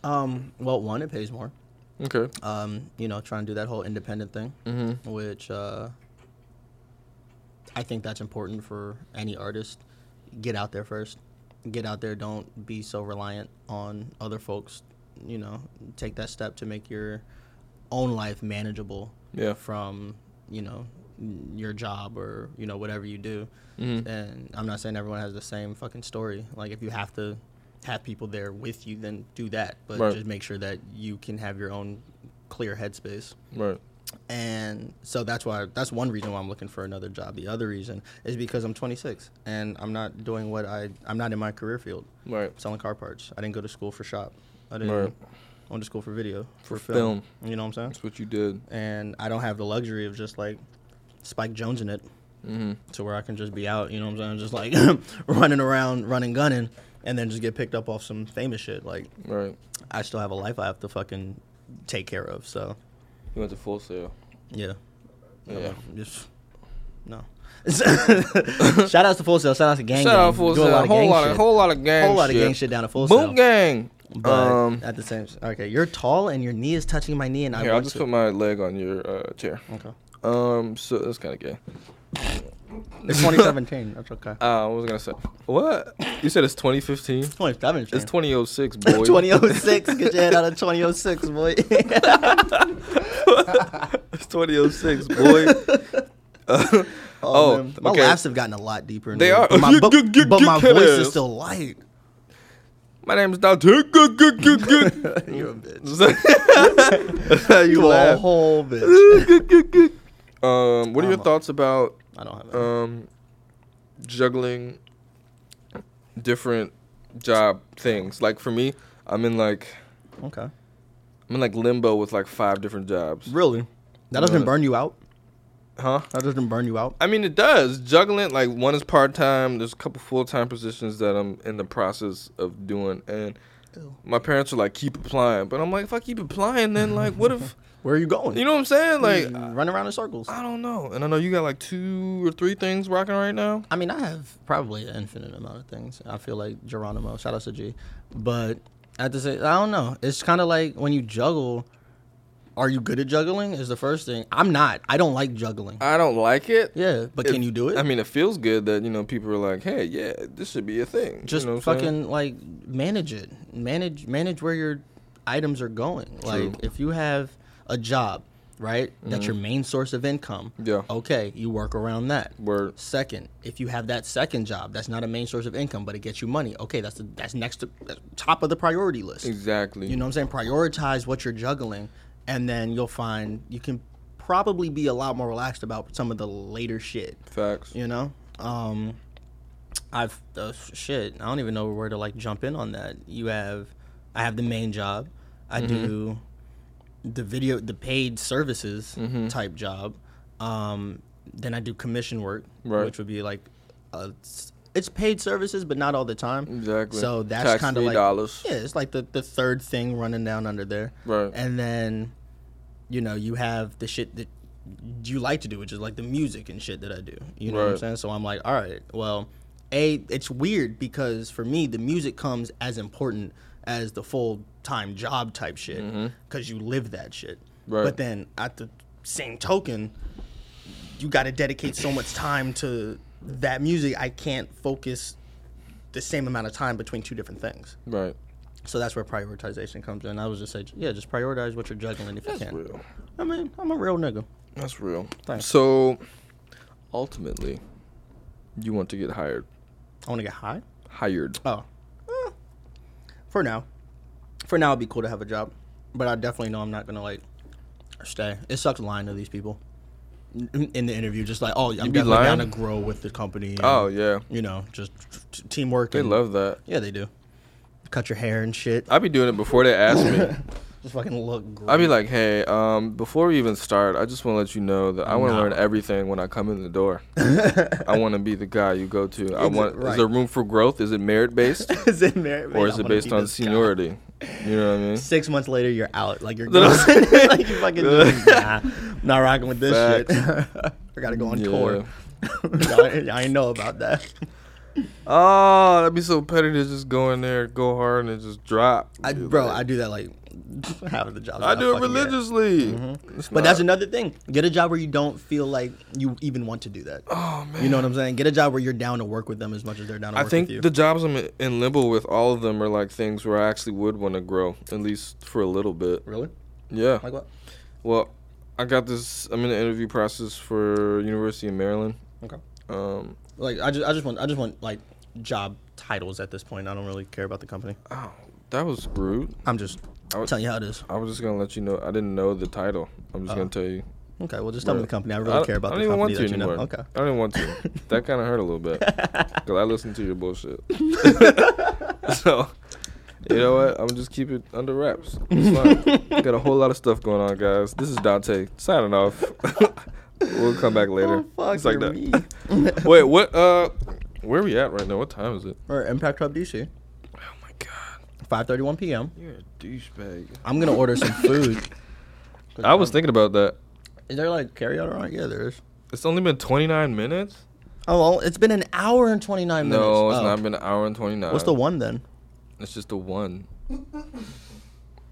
Speaker 1: Um, well, one, it pays more.
Speaker 2: Okay.
Speaker 1: Um, you know, trying to do that whole independent thing,
Speaker 2: Mm-hmm.
Speaker 1: which uh, I think that's important for any artist. Get out there first. Get out there. Don't be so reliant on other folks. You know, take that step to make your own life manageable
Speaker 2: Yeah.
Speaker 1: from you know n- your job or you know whatever you do
Speaker 2: Mhm.
Speaker 1: and i'm not saying everyone has the same fucking story like if you have to have people there with you then do that but
Speaker 2: Right.
Speaker 1: just make sure that you can have your own clear headspace
Speaker 2: Right.
Speaker 1: and so that's why that's one reason why i'm looking for another job the other reason is because i'm 26 and i'm not doing what i i'm not in my career field
Speaker 2: Right.
Speaker 1: selling car parts i didn't go to school for shop i didn't
Speaker 2: Right.
Speaker 1: i went to school for video
Speaker 2: For
Speaker 1: you know what i'm saying
Speaker 2: That's what you did.
Speaker 1: and I don't have the luxury of just like Spike Jones in it
Speaker 2: Mm-hmm.
Speaker 1: to where I can just be out, you know what I'm saying? Just like [laughs] running around, running, gunning, and then just get picked up off some famous shit. Like,
Speaker 2: Right.
Speaker 1: I still have a life I have to fucking take care of. So,
Speaker 2: You went to full sale.
Speaker 1: yeah.
Speaker 2: Yeah.
Speaker 1: Just, no. [laughs] shout outs to Full Sail. Shout outs to Gang
Speaker 2: Shout
Speaker 1: Gang.
Speaker 2: out full
Speaker 1: Do
Speaker 2: sale. whole lot of
Speaker 1: shit.
Speaker 2: whole lot of gang.
Speaker 1: Whole lot of
Speaker 2: shit.
Speaker 1: gang shit down at Full
Speaker 2: Boom
Speaker 1: Sail.
Speaker 2: gang.
Speaker 1: But uh,
Speaker 2: um.
Speaker 1: at the same okay, you're tall and your knee is touching my knee, and I
Speaker 2: Here, I'll
Speaker 1: want
Speaker 2: just
Speaker 1: to.
Speaker 2: [laughs] put my leg on your uh, chair.
Speaker 1: okay.
Speaker 2: Um. So that's kind of gay.
Speaker 1: It's 2017. That's okay.
Speaker 2: Uh, I was gonna say what? You said it's 2015.
Speaker 1: 2017.
Speaker 2: It's
Speaker 1: [laughs]
Speaker 2: 2006, boy.
Speaker 1: 2006. Get your head
Speaker 2: [laughs]
Speaker 1: out of 2006, boy. [laughs]
Speaker 2: it's 2006, boy. Uh,
Speaker 1: oh,
Speaker 2: Oh,
Speaker 1: man. my
Speaker 2: okay.
Speaker 1: laughs have gotten a lot deeper. in
Speaker 2: They
Speaker 1: the-
Speaker 2: are.
Speaker 1: But my,
Speaker 2: You-
Speaker 1: but,
Speaker 2: you- you-
Speaker 1: but
Speaker 2: you
Speaker 1: my
Speaker 2: can
Speaker 1: voice is
Speaker 2: ask.
Speaker 1: still
Speaker 2: [laughs]
Speaker 1: light. [laughs]
Speaker 2: my name is Doctor. Good, good, good, good.
Speaker 1: You're a bitch.
Speaker 2: That's how [laughs] you
Speaker 1: You a
Speaker 2: laugh. [laughs]
Speaker 1: whole bitch.
Speaker 2: Um, what are your
Speaker 1: I'm a-
Speaker 2: thoughts about
Speaker 1: I don't have. Any.
Speaker 2: um, juggling different job things? Like for me, I'm in like
Speaker 1: okay.
Speaker 2: I'm in like limbo with like five different jobs.
Speaker 1: Really? That doesn't
Speaker 2: Really.
Speaker 1: burn you out.
Speaker 2: Huh?
Speaker 1: That doesn't burn you out.
Speaker 2: I mean, it does. Juggling, like, one is part time. There's a couple full time positions that I'm in the process of doing. And
Speaker 1: Ew.
Speaker 2: my parents are like, keep applying. But I'm like, if I keep applying, then, like, what [laughs] if,
Speaker 1: Where are you going?
Speaker 2: you know what I'm saying? Like,
Speaker 1: You run around in circles.
Speaker 2: I don't know. And I know you got like two or three things rocking right now.
Speaker 1: I mean, I have probably an infinite amount of things. I feel like Geronimo. Shout out to G. But at the same, I don't know. It's kind of like when you juggle. Are you good at juggling? Is the first thing. I'm not. I don't like juggling.
Speaker 2: I don't like it.
Speaker 1: yeah, but can you do it?
Speaker 2: I mean, it feels good that, you know, people are like, hey, yeah, this should be a thing. You
Speaker 1: just
Speaker 2: know what I'm
Speaker 1: fucking
Speaker 2: saying?
Speaker 1: like manage it manage manage where your items are going
Speaker 2: True. Mm-hmm.
Speaker 1: like if you have a job right that's your main source of income
Speaker 2: Yeah.
Speaker 1: okay you work around that
Speaker 2: Word.
Speaker 1: second if you have that second job that's not a main source of income but it gets you money okay that's the, that's next to that's top of the priority list
Speaker 2: Exactly.
Speaker 1: you know what i'm saying prioritize what you're juggling and then you'll find you can probably be a lot more relaxed about some of the later shit
Speaker 2: Facts.
Speaker 1: you know um i've uh, sh- shit i don't even know where to like jump in on that you have i have the main job
Speaker 2: Mm-hmm.
Speaker 1: i do the video the paid services
Speaker 2: Mm-hmm.
Speaker 1: type job um then i do commission work
Speaker 2: Right.
Speaker 1: which would be like uh, it's, it's paid services but not all the time
Speaker 2: Exactly.
Speaker 1: so that's
Speaker 2: Tax
Speaker 1: kind of
Speaker 2: free
Speaker 1: like
Speaker 2: dollars.
Speaker 1: yeah it's like the, the third thing running down under there
Speaker 2: Right.
Speaker 1: and then you know, you have the shit that you like to do, which is like the music and shit that I do. You know what I'm
Speaker 2: Right.
Speaker 1: saying? So I'm like, all right, well, A, it's weird because for me, the music comes as important as the full time job type shit because you live that shit.
Speaker 2: Mm-hmm. Right.
Speaker 1: But then at the same token, you got to dedicate so much time to that music. I can't focus the same amount of time between two different things.
Speaker 2: Right.
Speaker 1: So that's where prioritization comes in. I was just say, yeah, just prioritize what you're juggling if you
Speaker 2: That's
Speaker 1: can.
Speaker 2: real.
Speaker 1: I mean, I'm a real nigga.
Speaker 2: That's real.
Speaker 1: Thanks.
Speaker 2: So, ultimately, you want to get hired.
Speaker 1: I want to get high.
Speaker 2: Hired.
Speaker 1: Oh, Eh. for now, for now, it'd be cool to have a job, but I definitely know I'm not gonna like stay. It sucks lying to these people in in the interview. Just like, oh, I'm
Speaker 2: be
Speaker 1: definitely down
Speaker 2: lying?
Speaker 1: to grow with the company. and,
Speaker 2: Oh yeah,
Speaker 1: you know, just t- teamwork.
Speaker 2: they
Speaker 1: and,
Speaker 2: love that.
Speaker 1: Yeah, they do. Cut your hair and shit.
Speaker 2: I be doing it before they ask
Speaker 1: [laughs]
Speaker 2: me.
Speaker 1: Just fucking look great.
Speaker 2: I be like, hey, um, before we even start, I just want to let you know that I want to
Speaker 1: Nah.
Speaker 2: learn everything when I come in
Speaker 1: [laughs]
Speaker 2: the door. I want to be the guy you go to. I
Speaker 1: Exa-
Speaker 2: want.
Speaker 1: right.
Speaker 2: Is there room for growth? Is it
Speaker 1: [laughs]
Speaker 2: merit based
Speaker 1: is it merit?
Speaker 2: or is it based on seniority? You know what I
Speaker 1: [laughs]
Speaker 2: mean?
Speaker 1: Six months later, you're out. Like you're
Speaker 2: [laughs] No,
Speaker 1: gone. [laughs]
Speaker 2: no.
Speaker 1: like you fucking
Speaker 2: [laughs]
Speaker 1: just, nah, not rocking with this [laughs] shit. I gotta go on tour. [laughs] y'all, ain't- y'all ain't know about that.
Speaker 2: Oh, that'd be so petty to just go in there, go hard, and just drop.
Speaker 1: I,
Speaker 2: Be
Speaker 1: bro,
Speaker 2: like-
Speaker 1: I do that like [laughs] half of the jobs.
Speaker 2: I
Speaker 1: that
Speaker 2: do it
Speaker 1: fucking get. Mm-hmm.
Speaker 2: religiously. It's
Speaker 1: But
Speaker 2: not-
Speaker 1: that's another thing. Get a job where you don't feel like you even want to do that.
Speaker 2: Oh man.
Speaker 1: You know what I'm saying? Get a job where you're down to work with them as much as they're down to
Speaker 2: I
Speaker 1: work
Speaker 2: think
Speaker 1: with you.
Speaker 2: the jobs I'm in- in limbo with, all of them are like things where I actually would want to grow, at least for a little bit.
Speaker 1: really?
Speaker 2: Yeah.
Speaker 1: Like what?
Speaker 2: Well, I got this. I'm in the interview process for University of Maryland.
Speaker 1: Okay.
Speaker 2: Um,
Speaker 1: Like I just I just want I just want like job titles at this point. I don't really care about the company.
Speaker 2: oh, that was rude.
Speaker 1: I'm just
Speaker 2: I was-
Speaker 1: telling you how it is.
Speaker 2: I was just gonna let you know. I didn't know the title. I'm just gonna tell you.
Speaker 1: Okay, well just tell me
Speaker 2: Right.
Speaker 1: the company. I
Speaker 2: I
Speaker 1: really
Speaker 2: don't,
Speaker 1: care about
Speaker 2: I don't
Speaker 1: the
Speaker 2: even
Speaker 1: company that
Speaker 2: want to
Speaker 1: you know.
Speaker 2: anymore.
Speaker 1: Okay.
Speaker 2: I don't want to.
Speaker 1: [laughs]
Speaker 2: that kind of hurt a little bit because I listened to your bullshit. [laughs] so, you know what? I'm gonna just keep it under wraps. It's fine. We got a whole lot of stuff going on, guys. This is Dante signing off. [laughs] we'll come back
Speaker 1: Oh,
Speaker 2: later. it's like that. [laughs] Wait, what? Uh, where are we at right now? What time is it?
Speaker 1: Or Impact Hub DC,
Speaker 2: Oh my god,
Speaker 1: 5:31 p.m.
Speaker 2: you're a douchebag.
Speaker 1: I'm gonna order
Speaker 2: [laughs]
Speaker 1: some food.
Speaker 2: I was thinking about that.
Speaker 1: Is there like carryout around? Yeah, there is.
Speaker 2: It's only been 29 minutes.
Speaker 1: Oh well, it's been an hour and 29 minutes.
Speaker 2: No, it's
Speaker 1: Oh.
Speaker 2: not been an hour and 29.
Speaker 1: What's the one then?
Speaker 2: It's just
Speaker 1: [laughs]
Speaker 2: the one.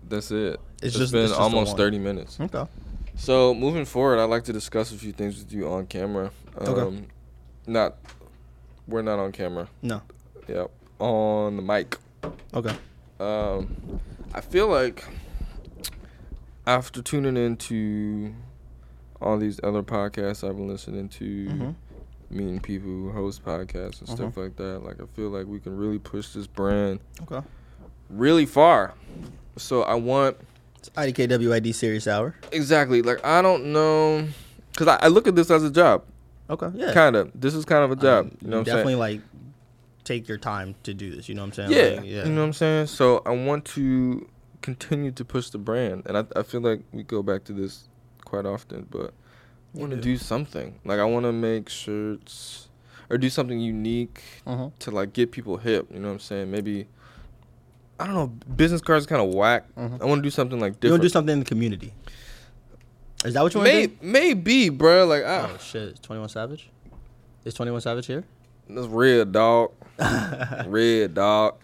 Speaker 2: That's it.
Speaker 1: It's
Speaker 2: It's
Speaker 1: just-
Speaker 2: been
Speaker 1: it's just the
Speaker 2: almost
Speaker 1: one. Hmm?
Speaker 2: 30 minutes.
Speaker 1: Okay.
Speaker 2: So moving forward, I'd like to discuss a few things with you on camera. Um,
Speaker 1: Okay.
Speaker 2: Not, we're not on camera.
Speaker 1: No.
Speaker 2: Yep, on the mic.
Speaker 1: Okay.
Speaker 2: Um, I feel like after tuning into all these other podcasts I've been listening to,
Speaker 1: Mhm.
Speaker 2: meeting people who host podcasts
Speaker 1: Mm-hmm.
Speaker 2: and stuff like that, like I feel like we can really push this brand
Speaker 1: Okay.
Speaker 2: really far. So I want
Speaker 1: It's IDKWID Serious Hour.
Speaker 2: exactly like I don't know, cause I, I look at this as a job,
Speaker 1: Okay. Yeah.
Speaker 2: kind of. This is kind of a job.
Speaker 1: Um,
Speaker 2: you know what I'm saying?
Speaker 1: definitely like take your time to do this. You know what I'm saying?
Speaker 2: Yeah, Mm-hmm.
Speaker 1: Like,
Speaker 2: You know what I'm saying? So I want to continue to push the brand. And I, I feel like we go back to this quite often, but I
Speaker 1: You
Speaker 2: want to
Speaker 1: do.
Speaker 2: do something. Like I want to make shirts or do something unique
Speaker 1: Mhm.
Speaker 2: to like get people hip, you know what I'm saying? Maybe I don't know, business cards kind of whack.
Speaker 1: Mhm.
Speaker 2: I want to do something like
Speaker 1: You want
Speaker 2: different.
Speaker 1: to do something in the community. Is that what you want to
Speaker 2: May,
Speaker 1: do?
Speaker 2: maybe, bro. Like, I,
Speaker 1: Oh shit! Twenty One Savage. Is Twenty One Savage here?
Speaker 2: that's
Speaker 1: [laughs]
Speaker 2: red dog,
Speaker 1: Damn,
Speaker 2: red dog.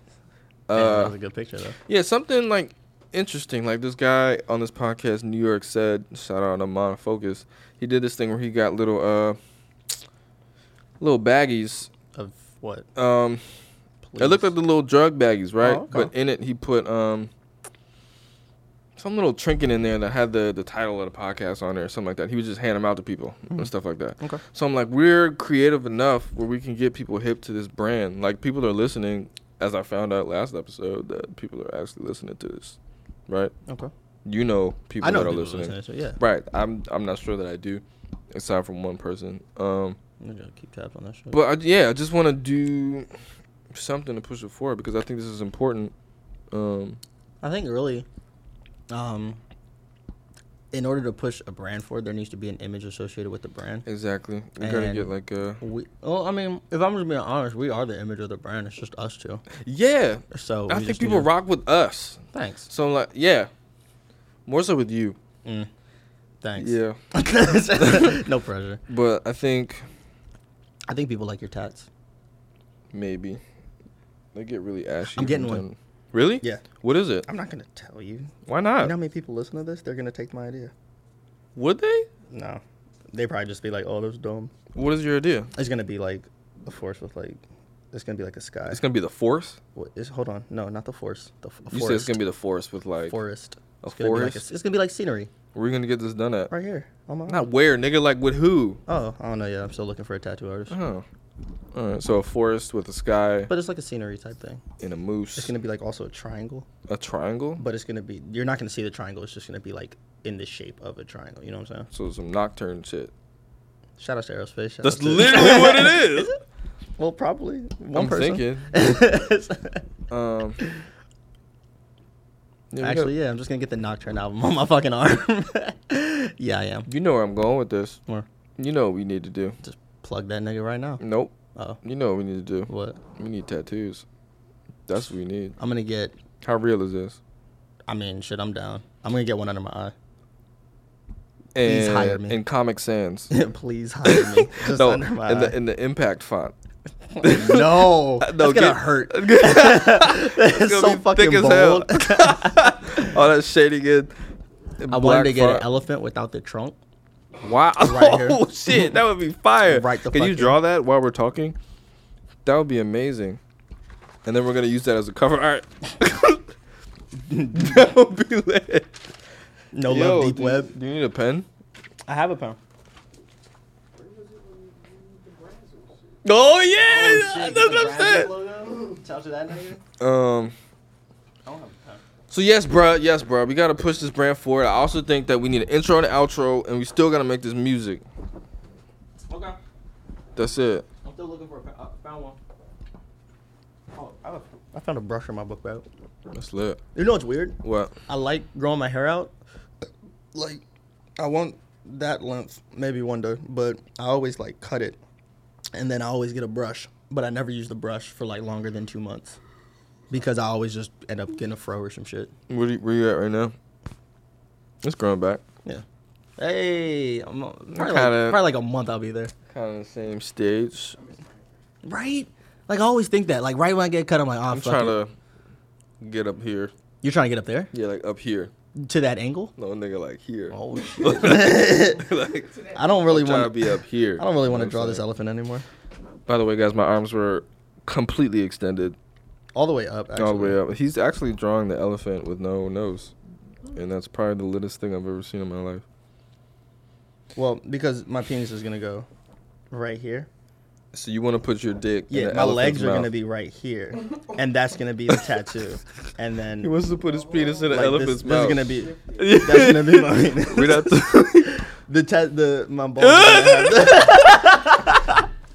Speaker 1: that
Speaker 2: Uh,
Speaker 1: was a good picture though.
Speaker 2: Yeah, something like interesting. Like this guy on this podcast, New York said, shout out to Mon Focus. He did this thing where he got little uh little baggies.
Speaker 1: Of what?
Speaker 2: Um it looked like the little drug baggies, right?
Speaker 1: Oh, okay.
Speaker 2: But in it he put um some little trinket in there that had the, the title of the podcast on there or something like that. He would just hand them out to people and stuff like that.
Speaker 1: Mm-hmm. Okay.
Speaker 2: So I'm like, we're creative enough where we can get people hip to this brand. Like people are listening, as I found out last episode, that people are actually listening to this, right?
Speaker 1: Okay.
Speaker 2: You know people
Speaker 1: I know
Speaker 2: that are
Speaker 1: people
Speaker 2: listening.
Speaker 1: listening to it, yeah.
Speaker 2: Right. I'm I'm not sure that I do, aside from one person. Um,
Speaker 1: I'm gonna keep tabs on that shit.
Speaker 2: but I, yeah, I just want to do something to push it forward because I think this is important. Um,
Speaker 1: I think really, um, in order to push a brand forward, there needs to be an image associated with the brand.
Speaker 2: exactly. We gotta
Speaker 1: And-
Speaker 2: get like uh, a
Speaker 1: We, well, I mean, if I'm just being honest, we are the image of the brand. It's just us two.
Speaker 2: yeah.
Speaker 1: So we
Speaker 2: I think
Speaker 1: just need
Speaker 2: people
Speaker 1: to-
Speaker 2: rock with us.
Speaker 1: Thanks.
Speaker 2: So I'm like, yeah, more so with you.
Speaker 1: Mm. Thanks.
Speaker 2: Yeah.
Speaker 1: [laughs] no pressure.
Speaker 2: But I think
Speaker 1: I think people like your tats.
Speaker 2: Maybe. They get really ashy.
Speaker 1: I'm getting
Speaker 2: from
Speaker 1: one.
Speaker 2: time- Really?
Speaker 1: Yeah.
Speaker 2: What is it?
Speaker 1: I'm not gonna tell you.
Speaker 2: Why not?
Speaker 1: many people listen to this? They're gonna take my idea.
Speaker 2: Would they?
Speaker 1: No, they probably just be like, "Oh, that's dumb."
Speaker 2: What is your idea?
Speaker 1: It's gonna be like a force with like. It's gonna be like a sky.
Speaker 2: It's gonna be the force.
Speaker 1: What is- hold on, no, not the force. The f-
Speaker 2: You
Speaker 1: forest.
Speaker 2: said it's gonna be the force with like.
Speaker 1: forest.
Speaker 2: a
Speaker 1: it's gonna be like
Speaker 2: forest?
Speaker 1: a- it's gonna be like scenery
Speaker 2: Where you gonna get this done at?
Speaker 1: right here. On my
Speaker 2: Not where, nigga. Like with who?
Speaker 1: Oh, I don't know. Yeah, I'm still looking for a tattoo artist.
Speaker 2: Oh. All right. So a forest with a sky
Speaker 1: But it's like a scenery type thing.
Speaker 2: and a moose.
Speaker 1: It's gonna be like also a triangle,
Speaker 2: a triangle.
Speaker 1: but it's gonna be you're not gonna see the triangle. It's just gonna be like in the shape of a triangle. You know what I'm saying?
Speaker 2: So some nocturne shit.
Speaker 1: Shout out to Aerospace. shout
Speaker 2: That's
Speaker 1: out to-
Speaker 2: literally what it is.
Speaker 1: [laughs] Well, probably one
Speaker 2: I'm
Speaker 1: person. [laughs]
Speaker 2: thinking. [laughs] Um. yeah, we
Speaker 1: Actually,
Speaker 2: got-
Speaker 1: yeah, I'm just gonna get the Nocturne album [laughs] on my fucking arm. yeah, I am.
Speaker 2: You know where I'm going with this.
Speaker 1: Or
Speaker 2: You know what we need to do.
Speaker 1: just plug that nigga right now.
Speaker 2: Nope.
Speaker 1: Oh,
Speaker 2: You know what we need to do.
Speaker 1: what?
Speaker 2: We need tattoos. That's what we need.
Speaker 1: I'm gonna get.
Speaker 2: How real is this?
Speaker 1: I mean, shit, I'm down. I'm gonna get one under my eye.
Speaker 2: And,
Speaker 1: Please hire me.
Speaker 2: In Comic Sans.
Speaker 1: Please hire
Speaker 2: [laughs]
Speaker 1: me. [laughs] Just
Speaker 2: no,
Speaker 1: under my
Speaker 2: in
Speaker 1: eye.
Speaker 2: the, in the impact font.
Speaker 1: [laughs] no,
Speaker 2: Uh,
Speaker 1: that's
Speaker 2: [laughs] no,
Speaker 1: gonna
Speaker 2: get-
Speaker 1: hurt.
Speaker 2: It's
Speaker 1: it's
Speaker 2: gonna
Speaker 1: so
Speaker 2: be
Speaker 1: fucking
Speaker 2: thick as
Speaker 1: bold. [laughs]
Speaker 2: [laughs] hell. [laughs] All that shading in. in
Speaker 1: I
Speaker 2: black
Speaker 1: wanted to get
Speaker 2: font.
Speaker 1: an elephant without the trunk.
Speaker 2: Wow.
Speaker 1: right here.
Speaker 2: [laughs] Oh, shit. That would be fire.
Speaker 1: Right the
Speaker 2: Can you
Speaker 1: fuck
Speaker 2: draw that while we're talking? That would be amazing. And then we're going to use that as a cover art. [laughs] that would be lit.
Speaker 1: No
Speaker 2: Yo,
Speaker 1: love, deep
Speaker 2: do,
Speaker 1: web.
Speaker 2: Do you need a pen?
Speaker 1: I have a pound.
Speaker 2: Oh yeah, [laughs] that's what I'm saying.
Speaker 1: Shout to that nigga.
Speaker 2: Um.
Speaker 1: I don't have a pound.
Speaker 2: So yes, bruh, yes, bruh. We gotta push this brand forward. I also think that we need an intro and outro, and we still gotta make this music.
Speaker 1: Okay.
Speaker 2: That's it.
Speaker 1: I'm still looking for a I found one. Oh, I, I found a brush in my book bag.
Speaker 2: That's lit.
Speaker 1: You know what's weird?
Speaker 2: What?
Speaker 1: I like growing my hair out. Like, I want that length maybe one day, but I always like cut it, and then I always get a brush, but I never use the brush for like longer than two months, because I always just end up getting a fro or some shit.
Speaker 2: Where you, where you at right now? It's growing back.
Speaker 1: Yeah. Hey, I'm probably, like,
Speaker 2: kinda-
Speaker 1: probably like a month I'll be there.
Speaker 2: Kind of the same stage.
Speaker 1: Right? Like I always think that. Like right when I get cut, I'm like, oh,
Speaker 2: I'm
Speaker 1: fuck
Speaker 2: trying
Speaker 1: it.
Speaker 2: to get up here.
Speaker 1: You're trying to get up there
Speaker 2: Yeah, like up here.
Speaker 1: to that angle.
Speaker 2: No nigga, like here.
Speaker 1: [laughs] Oh shit.
Speaker 2: like,
Speaker 1: I don't really [laughs]
Speaker 2: I'm trying to
Speaker 1: want.
Speaker 2: be up here.
Speaker 1: [laughs] I don't really want to
Speaker 2: You know
Speaker 1: draw
Speaker 2: what I'm
Speaker 1: this
Speaker 2: saying?
Speaker 1: elephant anymore.
Speaker 2: By the way, guys, my arms were completely extended
Speaker 1: all the way up. Actually.
Speaker 2: all the way up. He's actually drawing the elephant with no nose, and that's probably the littest thing I've ever seen in my life.
Speaker 1: Well, because my penis is gonna go right here.
Speaker 2: So you want to put your dick? in
Speaker 1: Yeah,
Speaker 2: the
Speaker 1: my legs
Speaker 2: elephant's
Speaker 1: are gonna
Speaker 2: mouth.
Speaker 1: be right here, and that's gonna be the tattoo. And then
Speaker 2: [laughs] He wants to put his penis in an
Speaker 1: like, this,
Speaker 2: elephant's
Speaker 1: this
Speaker 2: mouth.
Speaker 1: is gonna
Speaker 2: [laughs]
Speaker 1: be that's gonna be my penis.
Speaker 2: We'd
Speaker 1: [laughs]
Speaker 2: have to.
Speaker 1: the ta- the
Speaker 2: [laughs]
Speaker 1: my balls. are gonna have the-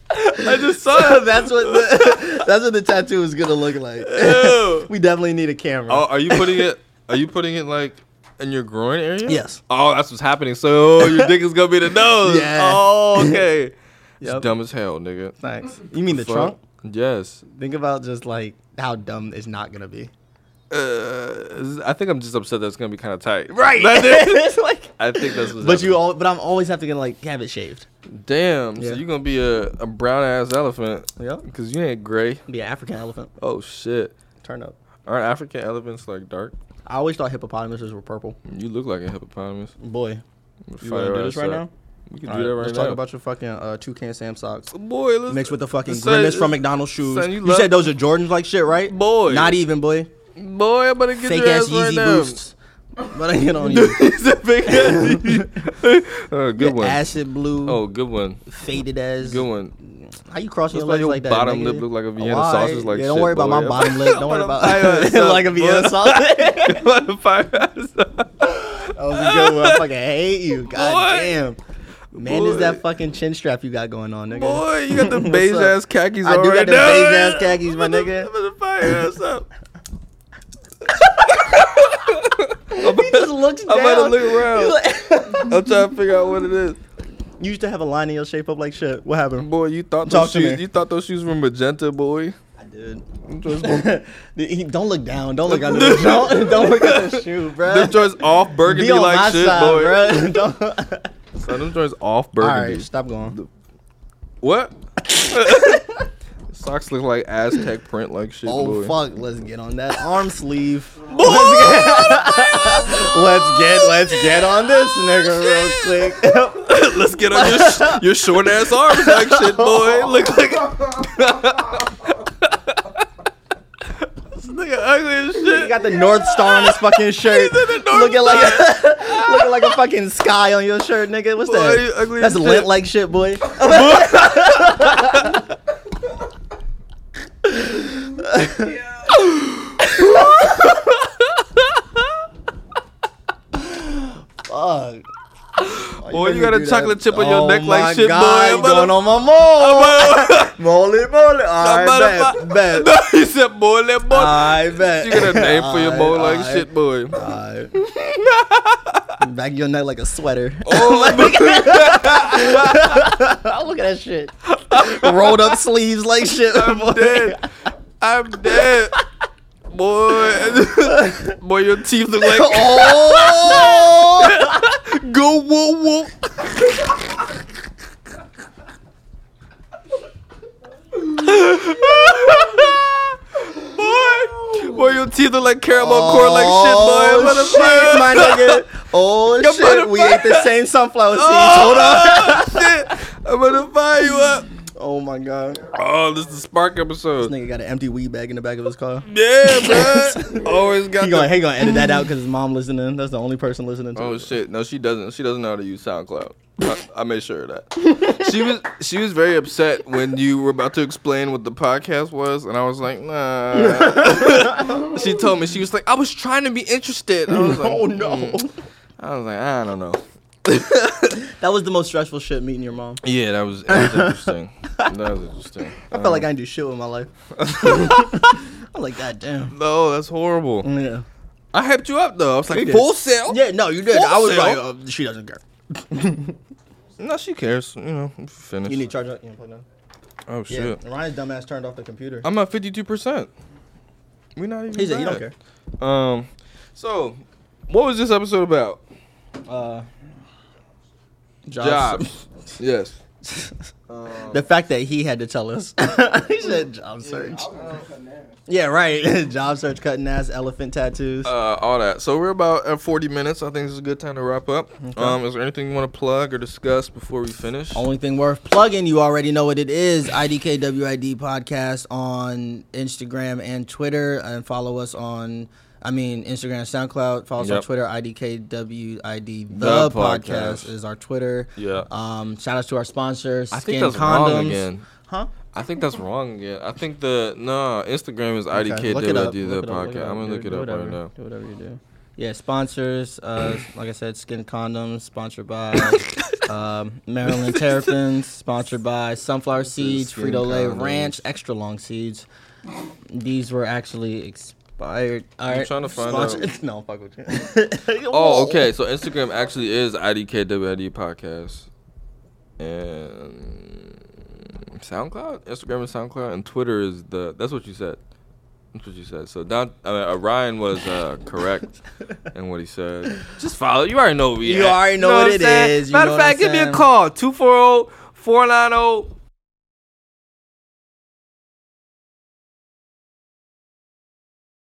Speaker 2: I just saw
Speaker 1: [laughs]
Speaker 2: that.
Speaker 1: that's what the, [laughs] that's what the tattoo is gonna look like.
Speaker 2: [laughs] Ew.
Speaker 1: we definitely need a camera.
Speaker 2: Oh, are you putting it? Are you putting it like in your groin area?
Speaker 1: Yes.
Speaker 2: Oh, that's what's happening. So your dick is gonna be the nose.
Speaker 1: Yeah.
Speaker 2: Oh,
Speaker 1: [laughs]
Speaker 2: okay. It's
Speaker 1: Yep.
Speaker 2: dumb as hell, nigga.
Speaker 1: Thanks. You mean the
Speaker 2: Fuck.
Speaker 1: trunk?
Speaker 2: Yes.
Speaker 1: Think about just like how dumb it's not gonna
Speaker 2: [laughs]
Speaker 1: be.
Speaker 2: Uh, I think I'm just upset that it's gonna be kind of tight. That's
Speaker 1: [laughs]
Speaker 2: it.
Speaker 1: it's like.
Speaker 2: I think that's what's.
Speaker 1: But you
Speaker 2: happening.
Speaker 1: all. But I'm always have to gonna like have it shaved.
Speaker 2: Damn.
Speaker 1: Yeah.
Speaker 2: So you're gonna be a, a brown ass elephant.
Speaker 1: Yep.
Speaker 2: Cause you ain't gray.
Speaker 1: Be an African elephant.
Speaker 2: Oh shit.
Speaker 1: Turn up.
Speaker 2: Aren't African elephants like dark?
Speaker 1: I always thought hippopotamuses were purple.
Speaker 2: You look like a hippopotamus.
Speaker 1: Boy, you
Speaker 2: Fire
Speaker 1: want to do this
Speaker 2: ass
Speaker 1: right now?
Speaker 2: up. We can
Speaker 1: All
Speaker 2: do that
Speaker 1: right,
Speaker 2: right
Speaker 1: let's
Speaker 2: now.
Speaker 1: talk about your fucking uh, toucan Sam socks.
Speaker 2: boy. Let's
Speaker 1: Mixed with the fucking
Speaker 2: son,
Speaker 1: grimace from McDonald's shoes.
Speaker 2: son, you
Speaker 1: you
Speaker 2: love-
Speaker 1: said those are Jordans like shit, right?
Speaker 2: Boy.
Speaker 1: Not even, boy.
Speaker 2: Boy, I better get
Speaker 1: Fake
Speaker 2: your
Speaker 1: ass
Speaker 2: ass, right
Speaker 1: Yeezy
Speaker 2: now.
Speaker 1: boosts. But I get
Speaker 2: [laughs]
Speaker 1: on you.
Speaker 2: He's a fake ass
Speaker 1: [laughs]
Speaker 2: Yeezy. oh, good one.
Speaker 1: Acid blue,
Speaker 2: Oh, good one.
Speaker 1: faded as.
Speaker 2: Good one.
Speaker 1: How you crossing
Speaker 2: Looks
Speaker 1: your legs like
Speaker 2: like your
Speaker 1: that?
Speaker 2: bottom
Speaker 1: nigga?
Speaker 2: lip look like a Vienna
Speaker 1: Why?
Speaker 2: sausage, like
Speaker 1: yeah, don't
Speaker 2: shit,
Speaker 1: worry about
Speaker 2: boy.
Speaker 1: my bottom
Speaker 2: [laughs]
Speaker 1: lip. Don't worry [laughs] about like a Vienna sausage.
Speaker 2: What a fire ass up.
Speaker 1: [laughs] That was a good one.
Speaker 2: [laughs]
Speaker 1: I fucking hate you. God
Speaker 2: Boy.
Speaker 1: damn. Man, is
Speaker 2: Boy.
Speaker 1: that fucking chin strap you got going on, nigga?
Speaker 2: Boy, you got
Speaker 1: [laughs]
Speaker 2: the
Speaker 1: What's
Speaker 2: beige
Speaker 1: up?
Speaker 2: ass khakis
Speaker 1: I
Speaker 2: on
Speaker 1: do got
Speaker 2: right
Speaker 1: the
Speaker 2: now.
Speaker 1: beige ass khakis, my
Speaker 2: I'm gonna-
Speaker 1: nigga.
Speaker 2: I'm gonna fire your
Speaker 1: [laughs]
Speaker 2: ass up. [laughs]
Speaker 1: He just looks
Speaker 2: I'm
Speaker 1: down.
Speaker 2: about to look around.
Speaker 1: He's like-
Speaker 2: I'm trying to figure out what it is.
Speaker 1: [laughs] you used to have a line in your shape up like shit. What happened?
Speaker 2: Boy, you thought
Speaker 1: Talk
Speaker 2: those
Speaker 1: to
Speaker 2: shoes
Speaker 1: me.
Speaker 2: you thought those shoes were magenta, boy.
Speaker 1: I did. [laughs] don't [laughs] look down. Don't look under.
Speaker 2: [laughs]
Speaker 1: the- [laughs] don't don't look at the shoe,
Speaker 2: Them
Speaker 1: bro.
Speaker 2: joints off burgundy
Speaker 1: Be on my
Speaker 2: like shit,
Speaker 1: side,
Speaker 2: boy.
Speaker 1: bruh. Don't-
Speaker 2: [laughs] Son, them joints off
Speaker 1: All
Speaker 2: burgundy.
Speaker 1: right, stop going. [laughs]
Speaker 2: What? Socks look like Aztec print like shit.
Speaker 1: Oh
Speaker 2: boy.
Speaker 1: fuck, let's get on that arm sleeve.
Speaker 2: Boy!
Speaker 1: [laughs] Let's get let's get on this nigga real quick.
Speaker 2: [laughs]
Speaker 1: [laughs]
Speaker 2: Let's get on your, sh- your short ass arms like
Speaker 1: [laughs]
Speaker 2: shit, boy. Look like this nigga ugly as
Speaker 1: He
Speaker 2: shit.
Speaker 1: got the North Star on his
Speaker 2: [laughs]
Speaker 1: fucking shirt.
Speaker 2: He's in the North
Speaker 1: looking like [laughs] a, looking like a fucking sky on your shirt, nigga. What's
Speaker 2: Boy,
Speaker 1: that?
Speaker 2: you ugly
Speaker 1: That's
Speaker 2: as
Speaker 1: lit
Speaker 2: shit.
Speaker 1: like shit,
Speaker 2: [laughs]
Speaker 1: boy. Fuck.
Speaker 2: Boy, you got a chocolate chip on your
Speaker 1: Oh
Speaker 2: neck
Speaker 1: my
Speaker 2: like shit,
Speaker 1: God, you
Speaker 2: boy.
Speaker 1: going on my mole. Moly, moly.
Speaker 2: I'm
Speaker 1: I
Speaker 2: about to
Speaker 1: bet.
Speaker 2: No,
Speaker 1: bet.
Speaker 2: [laughs] he said, boy, that boy.
Speaker 1: I bet.
Speaker 2: you got a name for your
Speaker 1: I-
Speaker 2: boy like
Speaker 1: I-
Speaker 2: shit, boy.
Speaker 1: I- Back your neck like a sweater.
Speaker 2: [laughs] Oh,
Speaker 1: [laughs] Look at that shit. Rolled up sleeves like shit. boy.
Speaker 2: [laughs] I'm dead. I'm dead. Boy, [laughs] boy, your teeth look like
Speaker 1: [laughs] oh!
Speaker 2: [laughs] go whoa whoa. [laughs] boy, boy, your teeth look like caramel corn like shit, boy. What
Speaker 1: Oh,
Speaker 2: the
Speaker 1: shit,
Speaker 2: fuck?
Speaker 1: my
Speaker 2: [laughs]
Speaker 1: nigga. Oh,
Speaker 2: Your
Speaker 1: shit. We
Speaker 2: motherfucker.
Speaker 1: ate the same sunflower seeds. Hold on.
Speaker 2: Oh, shit. I'm gonna fire you up.
Speaker 1: Oh, my God.
Speaker 2: Oh, this is the Spark
Speaker 1: This
Speaker 2: episode.
Speaker 1: nigga got an empty weed bag in the back of his car. [laughs]
Speaker 2: Yeah, bro. Always got
Speaker 1: He gonna,
Speaker 2: the.
Speaker 1: he gonna edit that out because his mom listening. That's the only person listening to
Speaker 2: Oh
Speaker 1: it.
Speaker 2: shit! No, she doesn't. She doesn't know how to use SoundCloud. I, I made sure of
Speaker 1: [laughs]
Speaker 2: that. she was she was very upset when you were about to explain what the podcast was, and I was
Speaker 1: [laughs]
Speaker 2: like, nah. she told me she was like, I was trying to be interested. I was like,
Speaker 1: Oh, no.
Speaker 2: "Hmm." I was like, I don't know.
Speaker 1: That was the most stressful shit meeting your mom.
Speaker 2: Yeah, that was, that
Speaker 1: [laughs]
Speaker 2: was interesting. that was interesting.
Speaker 1: I felt like I didn't do shit with my
Speaker 2: [laughs]
Speaker 1: life. [laughs] I'm like, God damn.
Speaker 2: No, that's horrible.
Speaker 1: Yeah.
Speaker 2: I hyped you up though. I was like,
Speaker 1: did.
Speaker 2: full sale.
Speaker 1: Yeah, no, you did.
Speaker 2: Full
Speaker 1: I was
Speaker 2: sale.
Speaker 1: like, oh, she doesn't care.
Speaker 2: No, she cares. You know, I'm finished.
Speaker 1: You need to charge up. You ain't plugged in.
Speaker 2: oh
Speaker 1: Yeah.
Speaker 2: shit.
Speaker 1: Ryan's dumbass turned off the computer.
Speaker 2: I'm at fifty two percent. We not even.
Speaker 1: he said, you don't
Speaker 2: bad.
Speaker 1: care.
Speaker 2: Um, so what was this episode about?
Speaker 1: Uh,
Speaker 2: Jobs. yes. Um, [laughs]
Speaker 1: the fact that he had to tell us. [laughs] he said job search. Yeah, right. [laughs] job search, cutting ass, elephant tattoos.
Speaker 2: uh, all that. So we're about at 40 minutes. I think this is a good time to wrap up. Um, is there anything you want to plug or discuss before we finish?
Speaker 1: Only thing worth plugging, you already know what it is. IDKWID podcast on Instagram and Twitter, and follow us on. I mean, Instagram, SoundCloud. Follow us on
Speaker 2: Yep.
Speaker 1: Twitter. IDKWID the,
Speaker 2: The
Speaker 1: podcast.
Speaker 2: podcast.
Speaker 1: is our Twitter.
Speaker 2: Yeah.
Speaker 1: Um, shout out to our sponsors.
Speaker 2: I
Speaker 1: Skin
Speaker 2: think that's
Speaker 1: condoms.
Speaker 2: wrong again.
Speaker 1: Huh?
Speaker 2: I think that's wrong again. I think the no Instagram is
Speaker 1: Okay,
Speaker 2: IDK
Speaker 1: look it up,
Speaker 2: do the
Speaker 1: look it up, look it
Speaker 2: podcast.
Speaker 1: up,
Speaker 2: I'm gonna
Speaker 1: do-
Speaker 2: look it
Speaker 1: do
Speaker 2: up right
Speaker 1: whatever,
Speaker 2: now.
Speaker 1: Do whatever you do. Yeah, sponsors. Uh, like I said, Skin Condoms, sponsored
Speaker 2: [laughs]
Speaker 1: by um, Maryland Terrapins, sponsored by Sunflower Seeds,
Speaker 2: Skin
Speaker 1: Frito Lay
Speaker 2: Condoms.
Speaker 1: Ranch, Extra Long Seeds. These were actually expired. All
Speaker 2: I'm
Speaker 1: right,
Speaker 2: trying to find
Speaker 1: out. [laughs] no, fuck with
Speaker 2: [laughs]
Speaker 1: you.
Speaker 2: Oh, okay. So Instagram actually is IDKWID podcast, and SoundCloud, Instagram is SoundCloud, and Twitter is the. That's what you said. That's what you said. So Don, I mean, uh, Ryan was uh, correct in what he said. Just follow. You already know what we.
Speaker 1: You
Speaker 2: at.
Speaker 1: already know what
Speaker 2: I'm
Speaker 1: it
Speaker 2: saying?
Speaker 1: is, you
Speaker 2: Matter
Speaker 1: know
Speaker 2: of
Speaker 1: what
Speaker 2: fact,
Speaker 1: I'm
Speaker 2: give me a
Speaker 1: saying?
Speaker 2: call 240 490